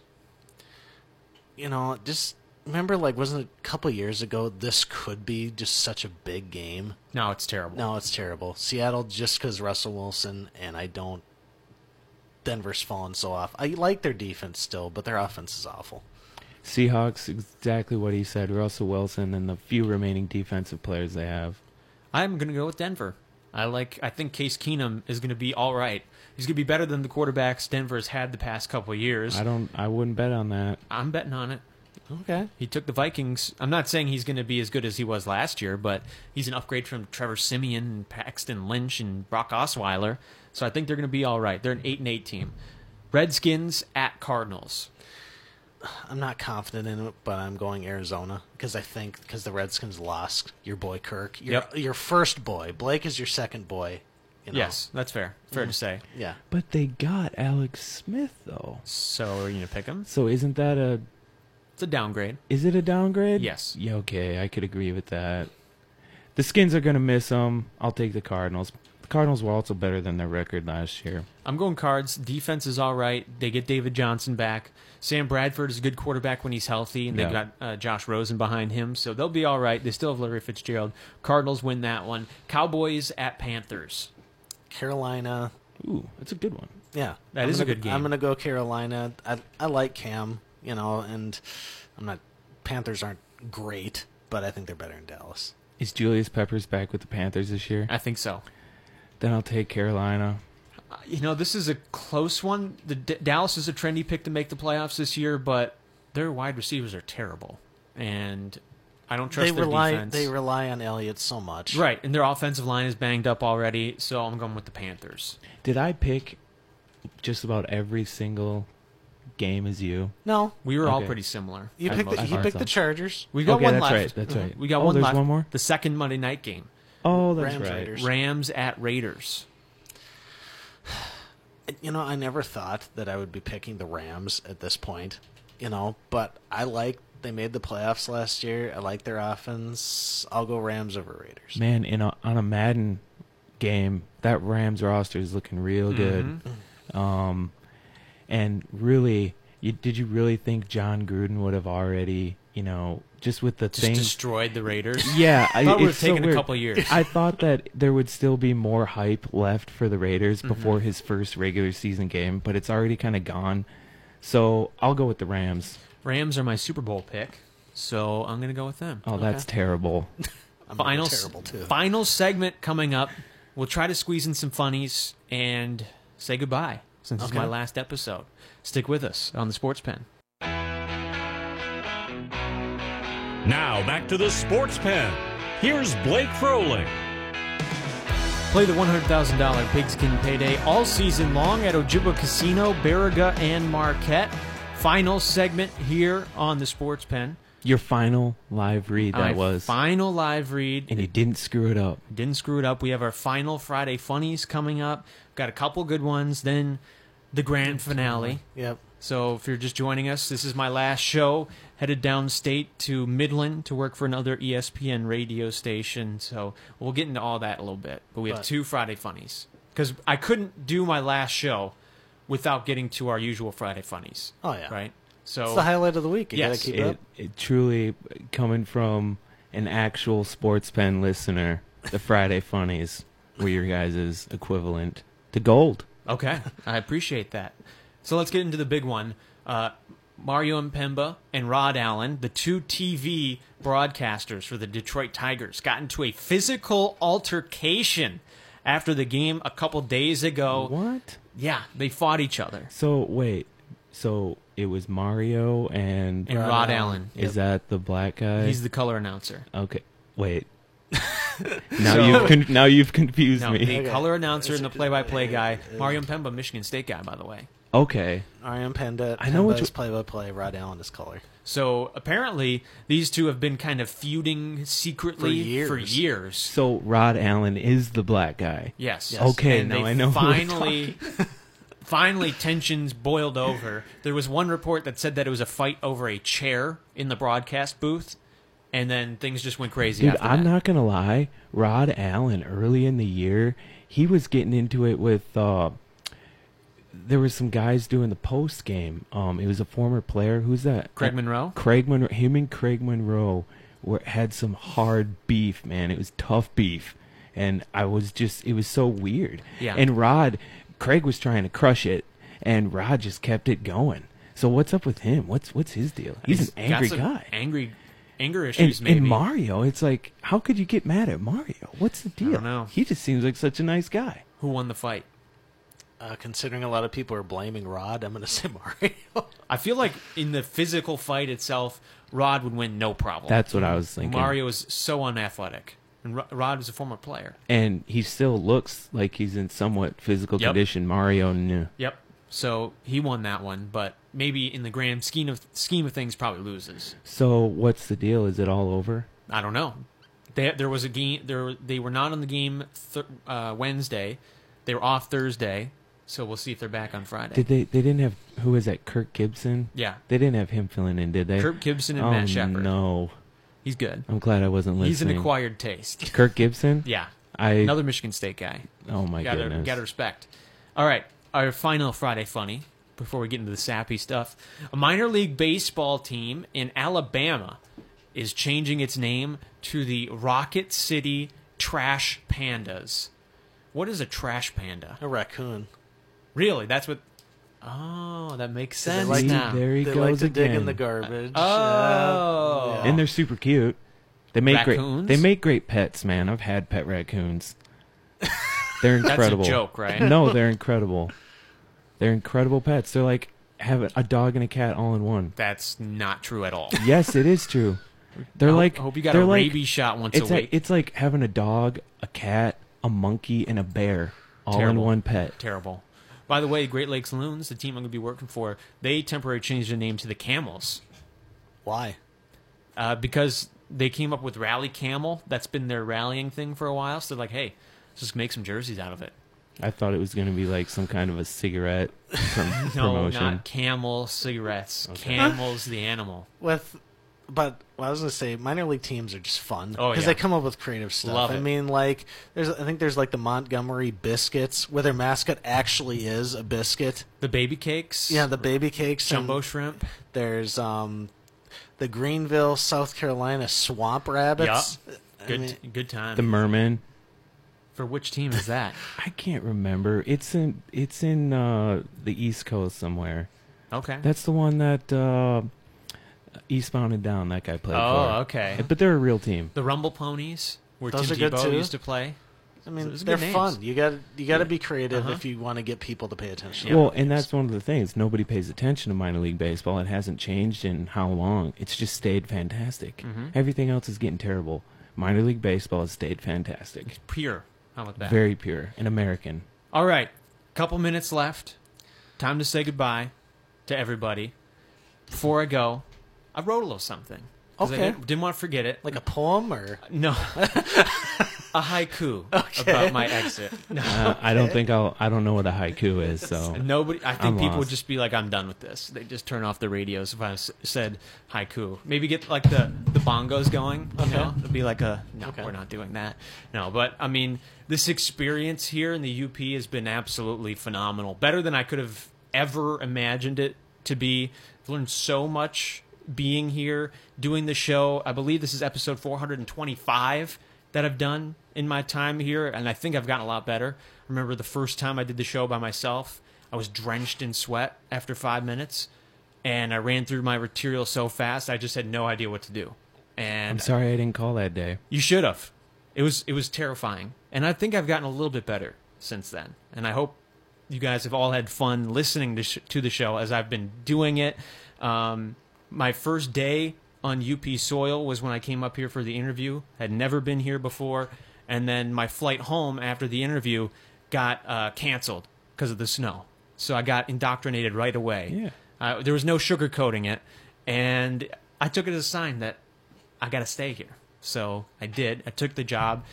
[SPEAKER 3] You know, just remember, like, wasn't it a couple years ago? This could be just such a big game.
[SPEAKER 2] No, it's terrible.
[SPEAKER 3] No, it's terrible. Seattle just because Russell Wilson and I don't. Denver's fallen so off. I like their defense still, but their offense is awful.
[SPEAKER 4] Seahawks, exactly what he said. Russell Wilson and the few remaining defensive players they have.
[SPEAKER 2] I'm going to go with Denver. I like. I think Case Keenum is going to be all right. He's going to be better than the quarterbacks Denver has had the past couple of years.
[SPEAKER 4] I don't. I wouldn't bet on that.
[SPEAKER 2] I'm betting on it.
[SPEAKER 3] Okay.
[SPEAKER 2] He took the Vikings. I'm not saying he's going to be as good as he was last year, but he's an upgrade from Trevor Simeon, and Paxton Lynch, and Brock Osweiler. So I think they're going to be all right. They're an eight and eight team. Redskins at Cardinals.
[SPEAKER 3] I'm not confident in it, but I'm going Arizona because I think because the Redskins lost your boy Kirk, your
[SPEAKER 2] Yep.
[SPEAKER 3] your first boy. Blake is your second boy. You know?
[SPEAKER 2] Yes, that's fair. Fair to say.
[SPEAKER 3] Yeah.
[SPEAKER 4] But they got Alex Smith though.
[SPEAKER 2] So are you going to pick them?
[SPEAKER 4] So isn't that a?
[SPEAKER 2] It's a downgrade.
[SPEAKER 4] Is it a downgrade?
[SPEAKER 2] Yes.
[SPEAKER 4] Yeah. Okay, I could agree with that. The Skins are gonna miss him. I'll take the Cardinals. The Cardinals were also better than their record last year.
[SPEAKER 2] I'm going cards. Defense is all right. They get David Johnson back. Sam Bradford is a good quarterback when he's healthy, and they've
[SPEAKER 4] Yeah.
[SPEAKER 2] got uh, Josh Rosen behind him, so they'll be all right. They still have Larry Fitzgerald. Cardinals win that one. Cowboys at Panthers.
[SPEAKER 3] Carolina.
[SPEAKER 4] Ooh, that's a good one.
[SPEAKER 3] Yeah.
[SPEAKER 2] That
[SPEAKER 3] That is
[SPEAKER 2] is a good game.
[SPEAKER 3] I'm gonna go Carolina. I I like Cam, you know, and I'm not. Panthers aren't great, but I think they're better in Dallas.
[SPEAKER 4] Is Julius Peppers back with the Panthers this year?
[SPEAKER 2] I think so.
[SPEAKER 4] Then I'll take Carolina.
[SPEAKER 2] Uh, You know, this is a close one. The D- Dallas is a trendy pick to make the playoffs this year, but their wide receivers are terrible, and I don't trust
[SPEAKER 3] they
[SPEAKER 2] their
[SPEAKER 3] rely
[SPEAKER 2] defense.
[SPEAKER 3] they rely on Elliott so much.
[SPEAKER 2] right, and their offensive line is banged up already, so I'm going with the Panthers.
[SPEAKER 4] Did I pick just about every single game as you?
[SPEAKER 3] No,
[SPEAKER 2] We were all
[SPEAKER 4] Okay.
[SPEAKER 2] pretty similar.
[SPEAKER 3] you
[SPEAKER 4] I
[SPEAKER 3] picked the,
[SPEAKER 4] love
[SPEAKER 3] he
[SPEAKER 4] Arkansas.
[SPEAKER 3] picked the Chargers.
[SPEAKER 2] We got
[SPEAKER 4] Okay,
[SPEAKER 2] one
[SPEAKER 4] that's
[SPEAKER 2] left. Uh-huh.
[SPEAKER 4] right, that's right.
[SPEAKER 2] We got
[SPEAKER 4] Oh,
[SPEAKER 2] one
[SPEAKER 4] there's
[SPEAKER 2] left.
[SPEAKER 4] one more?
[SPEAKER 2] The second Monday night game.
[SPEAKER 4] Oh, that's
[SPEAKER 3] Rams,
[SPEAKER 4] right.
[SPEAKER 3] Raiders.
[SPEAKER 2] Rams at Raiders.
[SPEAKER 3] You know, I never thought that I would be picking the Rams at this point. You know, but I like they made the playoffs last year. I like their offense. I'll go Rams over Raiders.
[SPEAKER 4] Man, in a, on a Madden game, that Rams roster is looking real
[SPEAKER 2] Mm-hmm.
[SPEAKER 4] good. Um, and really, you, did you really think John Gruden would have already, you know, just with the
[SPEAKER 2] Just
[SPEAKER 4] thing?
[SPEAKER 2] destroyed the Raiders.
[SPEAKER 4] yeah,
[SPEAKER 2] I thought it would
[SPEAKER 4] it's
[SPEAKER 2] have
[SPEAKER 4] so
[SPEAKER 2] taken a
[SPEAKER 4] weird.
[SPEAKER 2] couple years.
[SPEAKER 4] I thought that there would still be more hype left for the Raiders
[SPEAKER 2] Mm-hmm.
[SPEAKER 4] before his first regular season game, but it's already kind of gone. So I'll go with the Rams.
[SPEAKER 2] Rams are my Super Bowl pick, so I'm going to go with them.
[SPEAKER 4] Oh, that's terrible.
[SPEAKER 3] I'm
[SPEAKER 2] final
[SPEAKER 3] terrible too.
[SPEAKER 2] final segment coming up. We'll try to squeeze in some funnies and say goodbye since it's
[SPEAKER 3] Okay.
[SPEAKER 2] my last episode. Stick with us on the Sports Pen.
[SPEAKER 1] Now back to the sports pen. Here's Blake Froling.
[SPEAKER 2] Play the $100,000 pigskin payday all season long at Ojibwa Casino, Barriga, and Marquette. Final segment here on the Sports Pen.
[SPEAKER 4] Your final live read that
[SPEAKER 2] My
[SPEAKER 4] was,
[SPEAKER 2] final live read.
[SPEAKER 4] and you didn't screw it up.
[SPEAKER 2] Didn't screw it up. We have our final Friday funnies coming up. Got a couple good ones. Then the grand finale.
[SPEAKER 3] Yep.
[SPEAKER 2] So if you're just joining us, this is my last show. Headed downstate to Midland to work for another E ESPN radio station. So we'll get into all that in a little bit. But we have
[SPEAKER 3] But-
[SPEAKER 2] two Friday funnies because I couldn't do my last show without getting to our usual Friday funnies.
[SPEAKER 3] Oh, yeah.
[SPEAKER 2] right. So
[SPEAKER 3] It's the highlight of the week. You
[SPEAKER 2] Yes,
[SPEAKER 3] gotta keep it,
[SPEAKER 4] It,
[SPEAKER 3] up.
[SPEAKER 4] it truly coming from an actual sports pen listener. The Friday funnies were your guys' equivalent to gold.
[SPEAKER 2] Okay, I appreciate that. So let's get into the big one. Uh, Mario Mpemba and Rod Allen, the two TV broadcasters for the Detroit Tigers, got into a physical altercation after the game a couple days ago.
[SPEAKER 4] What?
[SPEAKER 2] Yeah, they fought each other.
[SPEAKER 4] So wait, so it was Mario and
[SPEAKER 2] And Rod, Allen,
[SPEAKER 4] Is that the black guy?
[SPEAKER 2] he's the color announcer.
[SPEAKER 4] okay. Wait. Now
[SPEAKER 2] So-
[SPEAKER 4] you've con- now you've confused
[SPEAKER 2] No,
[SPEAKER 4] me.
[SPEAKER 2] the color announcer and the play-by-play guy, Mario Pemba, Michigan State guy, by the way.
[SPEAKER 4] Okay.
[SPEAKER 3] Ariam Panda.
[SPEAKER 4] I know which-
[SPEAKER 3] Pemba's play-by-play. Rod Allen is color.
[SPEAKER 2] So apparently, these two have been kind of feuding secretly
[SPEAKER 3] For years.
[SPEAKER 2] For years.
[SPEAKER 4] So Rod Allen is the black guy.
[SPEAKER 2] Yes.
[SPEAKER 4] Okay,
[SPEAKER 2] And
[SPEAKER 4] now
[SPEAKER 2] they
[SPEAKER 4] I know who we're
[SPEAKER 2] Finally, finally, tensions boiled over. There was one report that said that it was a fight over a chair in the broadcast booth, and then things just went crazy.
[SPEAKER 4] Dude,
[SPEAKER 2] after
[SPEAKER 4] I'm
[SPEAKER 2] that.
[SPEAKER 4] not gonna lie. Rod Allen early in the year, he was getting into it with. Uh, there was some guys doing the post game. Um, it was a former player. Who's that? Uh,
[SPEAKER 2] Craig Monroe?
[SPEAKER 4] Craig Monroe. Him and Craig Monroe were had some hard beef, man. It was tough beef, and I was just. It was so weird.
[SPEAKER 2] Yeah.
[SPEAKER 4] And Rod, Craig was trying to crush it, and Rod just kept it going. So what's up with him? What's what's his deal? He's, an
[SPEAKER 2] got
[SPEAKER 4] angry
[SPEAKER 2] some
[SPEAKER 4] guy.
[SPEAKER 2] Angry, anger issues.
[SPEAKER 4] And,
[SPEAKER 2] maybe.
[SPEAKER 4] and Mario, it's like, how could you get mad at Mario? What's the deal?
[SPEAKER 2] don't know.
[SPEAKER 4] He just seems like such a nice guy.
[SPEAKER 2] who won the fight?
[SPEAKER 3] Uh, considering a lot of people are blaming Rod, I'm going to say Mario.
[SPEAKER 2] I feel like in the physical fight itself, Rod would win no problem.
[SPEAKER 4] That's what I was thinking.
[SPEAKER 2] Mario is so unathletic, and Ro- Rod was a former player.
[SPEAKER 4] and he still looks like he's in somewhat physical
[SPEAKER 2] Yep.
[SPEAKER 4] condition. Mario, no.
[SPEAKER 2] Yep. So he won that one, but maybe in the grand scheme of scheme of things, probably loses.
[SPEAKER 4] So what's the deal? Is it all over?
[SPEAKER 2] I don't know. They, there was a game. There they were not on the game th- uh, Wednesday. They were off Thursday, so we'll see if they're back on Friday.
[SPEAKER 4] Did they? They didn't have who is that? Kirk Gibson.
[SPEAKER 2] yeah,
[SPEAKER 4] They didn't have him filling in, did they?
[SPEAKER 2] Kirk Gibson and
[SPEAKER 4] oh,
[SPEAKER 2] Matt Shepard.
[SPEAKER 4] No,
[SPEAKER 2] he's good.
[SPEAKER 4] I'm glad I wasn't listening.
[SPEAKER 2] He's an acquired taste.
[SPEAKER 4] Kirk Gibson.
[SPEAKER 2] Yeah,
[SPEAKER 4] I.
[SPEAKER 2] another Michigan State guy.
[SPEAKER 4] oh my
[SPEAKER 2] gotta,
[SPEAKER 4] goodness.
[SPEAKER 2] gotta respect. All right, our final Friday funny before we get into the sappy stuff. A minor league baseball team in Alabama is changing its name to the Rocket City Trash Pandas. What is a trash panda?
[SPEAKER 3] a raccoon.
[SPEAKER 2] Really? That's what. Oh, that makes
[SPEAKER 3] They
[SPEAKER 2] sense
[SPEAKER 3] like
[SPEAKER 4] See,
[SPEAKER 2] now.
[SPEAKER 4] there he
[SPEAKER 3] they
[SPEAKER 4] goes
[SPEAKER 3] like to
[SPEAKER 4] again.
[SPEAKER 3] dig in the garbage.
[SPEAKER 2] Oh.
[SPEAKER 3] Yeah.
[SPEAKER 4] and they're super cute. They make
[SPEAKER 2] Raccoons?
[SPEAKER 4] great. They make great pets, man. I've had pet raccoons. They're
[SPEAKER 2] That's
[SPEAKER 4] incredible.
[SPEAKER 2] a joke, right?
[SPEAKER 4] No, they're incredible. They're incredible pets. They're like have a dog and a cat all in one.
[SPEAKER 2] That's not true at all.
[SPEAKER 4] Yes, it is true. They're like.
[SPEAKER 2] I hope you got
[SPEAKER 4] they're
[SPEAKER 2] a
[SPEAKER 4] like,
[SPEAKER 2] rabies shot once
[SPEAKER 4] It's
[SPEAKER 2] a
[SPEAKER 4] like,
[SPEAKER 2] week.
[SPEAKER 4] it's like having a dog, a cat, a monkey, and a bear all
[SPEAKER 2] Terrible.
[SPEAKER 4] in one pet.
[SPEAKER 2] Terrible. By the way, Great Lakes Loons, the team I'm going to be working for, they temporarily changed their name to the Camels.
[SPEAKER 3] Why?
[SPEAKER 2] uh, because they came up with Rally Camel. That's been their rallying thing for a while. So they're like, hey, let's just make some jerseys out of it.
[SPEAKER 4] I thought it was going to be like some kind of a cigarette prom-
[SPEAKER 2] No,
[SPEAKER 4] promotion.
[SPEAKER 2] not camel cigarettes. Camel's the animal.
[SPEAKER 3] With, but well, I was gonna say minor league teams are just fun
[SPEAKER 2] Oh, yeah.
[SPEAKER 3] they come up with creative stuff.
[SPEAKER 2] Love
[SPEAKER 3] I
[SPEAKER 2] it.
[SPEAKER 3] mean, like there's I think there's like the Montgomery Biscuits where their mascot actually is a biscuit.
[SPEAKER 2] The baby cakes.
[SPEAKER 3] Yeah, the Mm. baby cakes. and
[SPEAKER 2] jumbo shrimp.
[SPEAKER 3] There's um, the Greenville, South Carolina swamp
[SPEAKER 2] Yeah.
[SPEAKER 3] rabbits. I
[SPEAKER 2] Good,
[SPEAKER 3] mean,
[SPEAKER 2] good time.
[SPEAKER 4] the merman.
[SPEAKER 2] for which team is that?
[SPEAKER 4] I can't remember. It's in it's in uh, the East Coast somewhere.
[SPEAKER 2] Okay.
[SPEAKER 4] That's the one that uh, Eastbound and Down that guy played for.
[SPEAKER 2] oh, okay.
[SPEAKER 4] But they're a real team.
[SPEAKER 2] The Rumble Ponies, where
[SPEAKER 3] Those
[SPEAKER 2] Tim
[SPEAKER 3] are good
[SPEAKER 2] Tebow
[SPEAKER 3] too.
[SPEAKER 2] used to play.
[SPEAKER 3] I mean,
[SPEAKER 2] those are
[SPEAKER 3] they're
[SPEAKER 2] good names.
[SPEAKER 3] fun. You got you got to be creative
[SPEAKER 2] Uh-huh.
[SPEAKER 3] if you want to get people to pay attention.
[SPEAKER 4] well, and that's one of the things. Nobody pays attention to minor league baseball. It hasn't changed in how long. It's just stayed fantastic.
[SPEAKER 2] Mm-hmm.
[SPEAKER 4] Everything else is getting terrible. Minor league baseball has stayed fantastic.
[SPEAKER 2] Pure. How about that?
[SPEAKER 4] Very pure and American.
[SPEAKER 2] All right, couple minutes left. Time to say goodbye to everybody. Before I go, I wrote a little something. 'Cause
[SPEAKER 3] Okay.
[SPEAKER 2] I didn't, didn't want to forget it.
[SPEAKER 3] like a poem or
[SPEAKER 2] No, a haiku about my exit. No,
[SPEAKER 4] Uh, I don't think I'll. I don't know what a haiku is. So
[SPEAKER 2] nobody. I think
[SPEAKER 4] I'm
[SPEAKER 2] people would
[SPEAKER 4] lost.
[SPEAKER 2] just be like, "I'm done with this." They just turn off the radios if I s- said haiku. Maybe get like the the bongos going. You know, it'd be like a no.
[SPEAKER 3] Okay.
[SPEAKER 2] We're not doing that. No, but I mean, this experience here in the UP has been absolutely phenomenal. Better than I could have ever imagined it to be. I've learned so much being here, doing the show. I believe this is episode 425 that I've done in my time here, and I think I've gotten a lot better. I remember the first time I did the show by myself, I was drenched in sweat after five minutes, and I ran through my material so fast I just had no idea what to do. And
[SPEAKER 4] I'm sorry I didn't call that day.
[SPEAKER 2] you should have. It was it was terrifying, and I think I've gotten a little bit better since then. And I hope you guys have all had fun listening to, sh- to the show as I've been doing it. Um, my first day on UP soil was when I came up here for the interview. Had never been here before. and then my flight home after the interview got uh, canceled because of the snow. So I got indoctrinated right away.
[SPEAKER 4] Yeah.
[SPEAKER 2] Uh, there was no sugarcoating it, and I took it as a sign that I got to stay here. So I did. I took the job.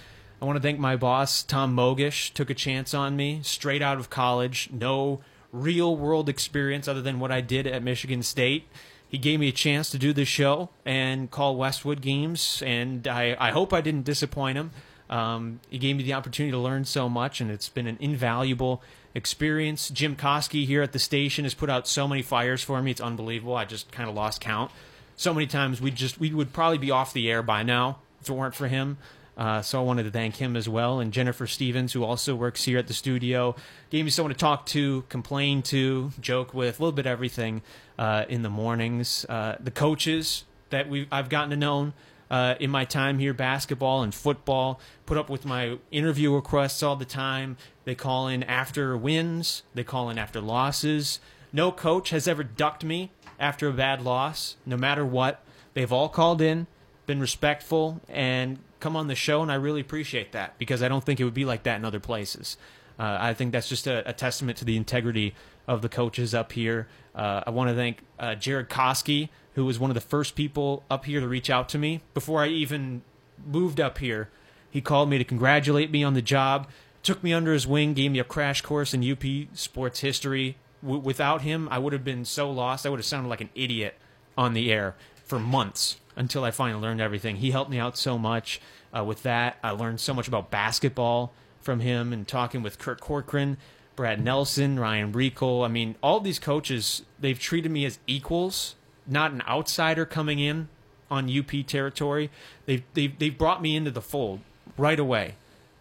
[SPEAKER 2] I want to thank my boss, Tom Mogish, took a chance on me straight out of college, no real world experience other than what I did at Michigan State. He gave me a chance to do the show and call Westwood games, and I, I hope I didn't disappoint him. Um, he gave me the opportunity to learn so much, and it's been an invaluable experience. Jim Koski here at the station has put out so many fires for me; it's unbelievable. I just kind of lost count. So many times we just we would probably be off the air by now if it weren't for him. Uh, so I wanted to thank him as well, and Jennifer Stevens, who also works here at the studio, gave me someone to talk to, complain to, joke with, a little bit of everything uh, in the mornings. Uh, the coaches that we I've gotten to know uh, in my time here, basketball and football, put up with my interview requests all the time. They call in after wins, they call in after losses. No coach has ever ducked me after a bad loss, no matter what. They've all called in, been respectful, and come on the show, and I really appreciate that because I don't think it would be like that in other places. Uh, I think that's just a, a testament to the integrity of the coaches up here. Uh, I want to thank uh, Jared Koski, who was one of the first people up here to reach out to me before I even moved up here. He called me to congratulate me on the job, took me under his wing, gave me a crash course in UP sports history. W- without him, I would have been so lost. I would have sounded like an idiot on the air for months until I finally learned everything. He helped me out so much uh, with that. I learned so much about basketball from him and talking with Kurt Corcoran, Brad Nelson, Ryan Reichel. I mean, all these coaches, they've treated me as equals, not an outsider coming in on UP territory. They've, they've, they've brought me into the fold right away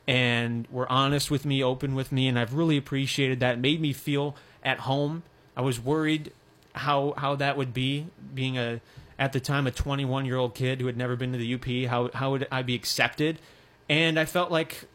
[SPEAKER 2] and were honest with me, open with me, and I've really appreciated that. It made me feel at home. I was worried how how that would be being a at the time a 21 year old kid who had never been to the UP. How how would I be accepted? And I felt like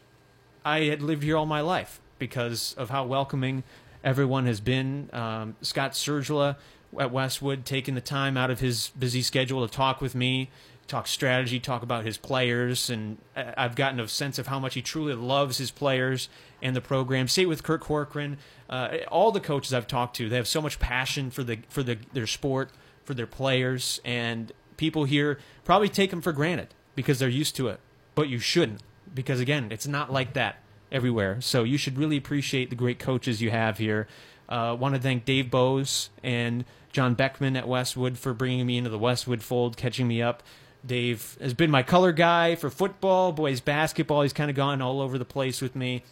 [SPEAKER 2] I had lived here all my life because of how welcoming everyone has been. Um, Scott Sergila at Westwood taking the time out of his busy schedule to talk with me, talk strategy, talk about his players, and I- I've gotten a sense of how much he truly loves his players and the program. Say with Kirk Corcoran, uh, all the coaches I've talked to, they have so much passion for the for the, their sport, for their players, and people here probably take them for granted because they're used to it, but you shouldn't because again, it's not like that everywhere. So you should really appreciate the great coaches you have here. Uh, Want to thank Dave Bowes and John Beckman at Westwood for bringing me into the Westwood fold, catching me up. Dave has been my color guy for football, boys basketball. He's kind of gone all over the place with me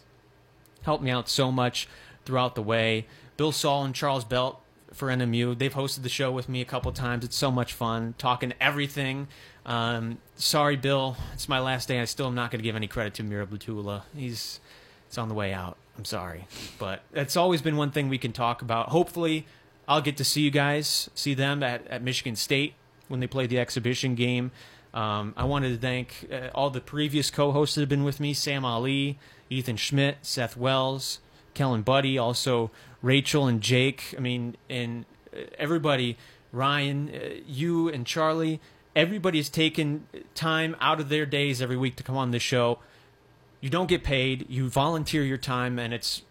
[SPEAKER 2] helped me out so much throughout the way. Bill Saul and Charles Belt for NMU, they've hosted the show with me a couple times. It's so much fun talking everything. Um, sorry, Bill, it's my last day. I still am not going to give any credit to Mira Blutula. He's it's on the way out. I'm sorry, but it's always been one thing we can talk about. Hopefully, I'll get to see you guys, see them at, at Michigan State when they played the exhibition game. Um, I wanted to thank uh, all the previous co-hosts that have been with me: Sam Ali, Ethan Schmidt, Seth Wells, Kellen Buddy, also Rachel and Jake. I mean, and uh, everybody, Ryan, uh, you and Charlie. Everybody has taken time out of their days every week to come on this show you don't get paid you volunteer your time and it's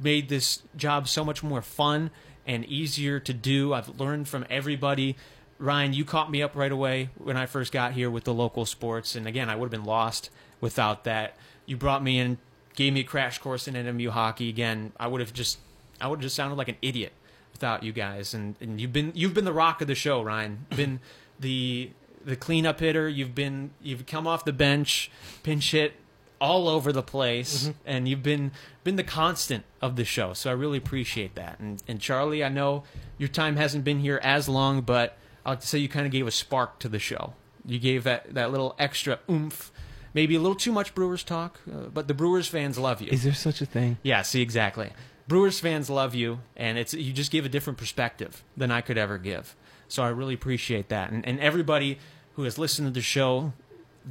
[SPEAKER 2] made this job so much more fun and easier to do i've learned from everybody ryan you caught me up right away when i first got here with the local sports and again i would have been lost without that you brought me in gave me a crash course in nmu hockey again i would have just i would have just sounded like an idiot without you guys and, and you've been you've been the rock of the show ryan been the the cleanup hitter you've been you've come off the bench pinch hit all over the place and you've been been the constant of the show so i really appreciate that and and charlie i know your time hasn't been here as long but i'll say you kind of gave a spark to the show you gave that that little extra oomph maybe a little too much brewers talk uh, but the brewers fans love you
[SPEAKER 4] Is there such a thing?
[SPEAKER 2] yeah, see exactly. Brewers fans love you, and it's you just give a different perspective than I could ever give. So I really appreciate that, and and everybody who has listened to the show,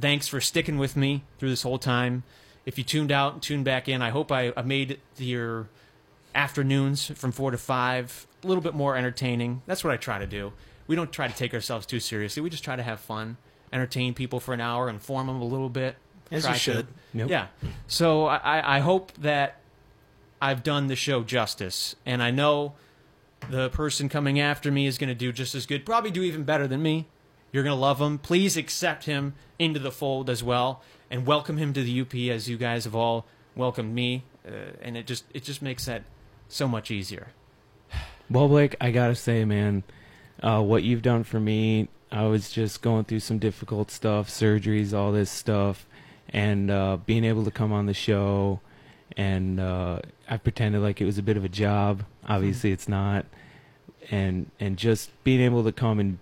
[SPEAKER 2] thanks for sticking with me through this whole time. If you tuned out and tuned back in, I hope I, I made your afternoons from four to five a little bit more entertaining. That's what I try to do. We don't try to take ourselves too seriously. We just try to have fun, entertain people for an hour, inform them a little bit,
[SPEAKER 3] As you
[SPEAKER 2] try to-
[SPEAKER 3] should.
[SPEAKER 4] Yep.
[SPEAKER 2] Yeah. So I, I- I hope that I've done the show justice, and I know the person coming after me is going to do just as good, probably do even better than me. You're going to love him. Please accept him into the fold as well, and welcome him to the UP as you guys have all welcomed me. Uh, and it just it just makes that so much easier.
[SPEAKER 4] Well, Blake, I gotta say, man, uh, what you've done for me, I was just going through some difficult stuff, surgeries, all this stuff, and uh, being able to come on the show, and uh, I pretended like it was a bit of a job. Obviously, it's not, and and just being able to come and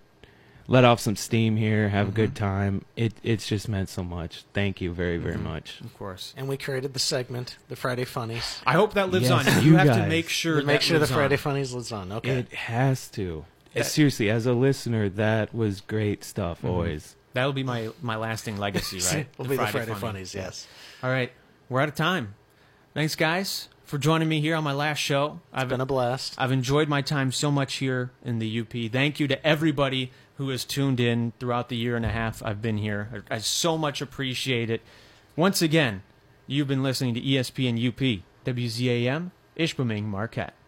[SPEAKER 4] let off some steam here, have a good time. It it's just meant so much. Thank you very very much.
[SPEAKER 2] Of course.
[SPEAKER 3] And we created the segment, the Friday Funnies.
[SPEAKER 2] I hope that lives
[SPEAKER 4] Yes,
[SPEAKER 2] on. You,
[SPEAKER 4] you
[SPEAKER 2] have to
[SPEAKER 4] guys.
[SPEAKER 2] make sure
[SPEAKER 3] Sure, make
[SPEAKER 2] that
[SPEAKER 3] sure the
[SPEAKER 2] lives on.
[SPEAKER 3] Friday Funnies lives on. Okay.
[SPEAKER 4] It has to.
[SPEAKER 2] That-
[SPEAKER 4] Seriously, as a listener, that was great stuff. Always.
[SPEAKER 2] That'll be my my lasting legacy, right?
[SPEAKER 3] will be the Friday
[SPEAKER 2] Funny.
[SPEAKER 3] Funnies, yes.
[SPEAKER 2] All right, we're out of time. Thanks, guys, for joining me here on my last show. I've
[SPEAKER 3] Been a blast.
[SPEAKER 2] I've enjoyed my time so much here in the UP. Thank you to everybody who has tuned in throughout the year and a half I've been here. I, I so much appreciate it. E Once again, you've been listening to ESPN UP, WZAM, Ishpeming, Marquette.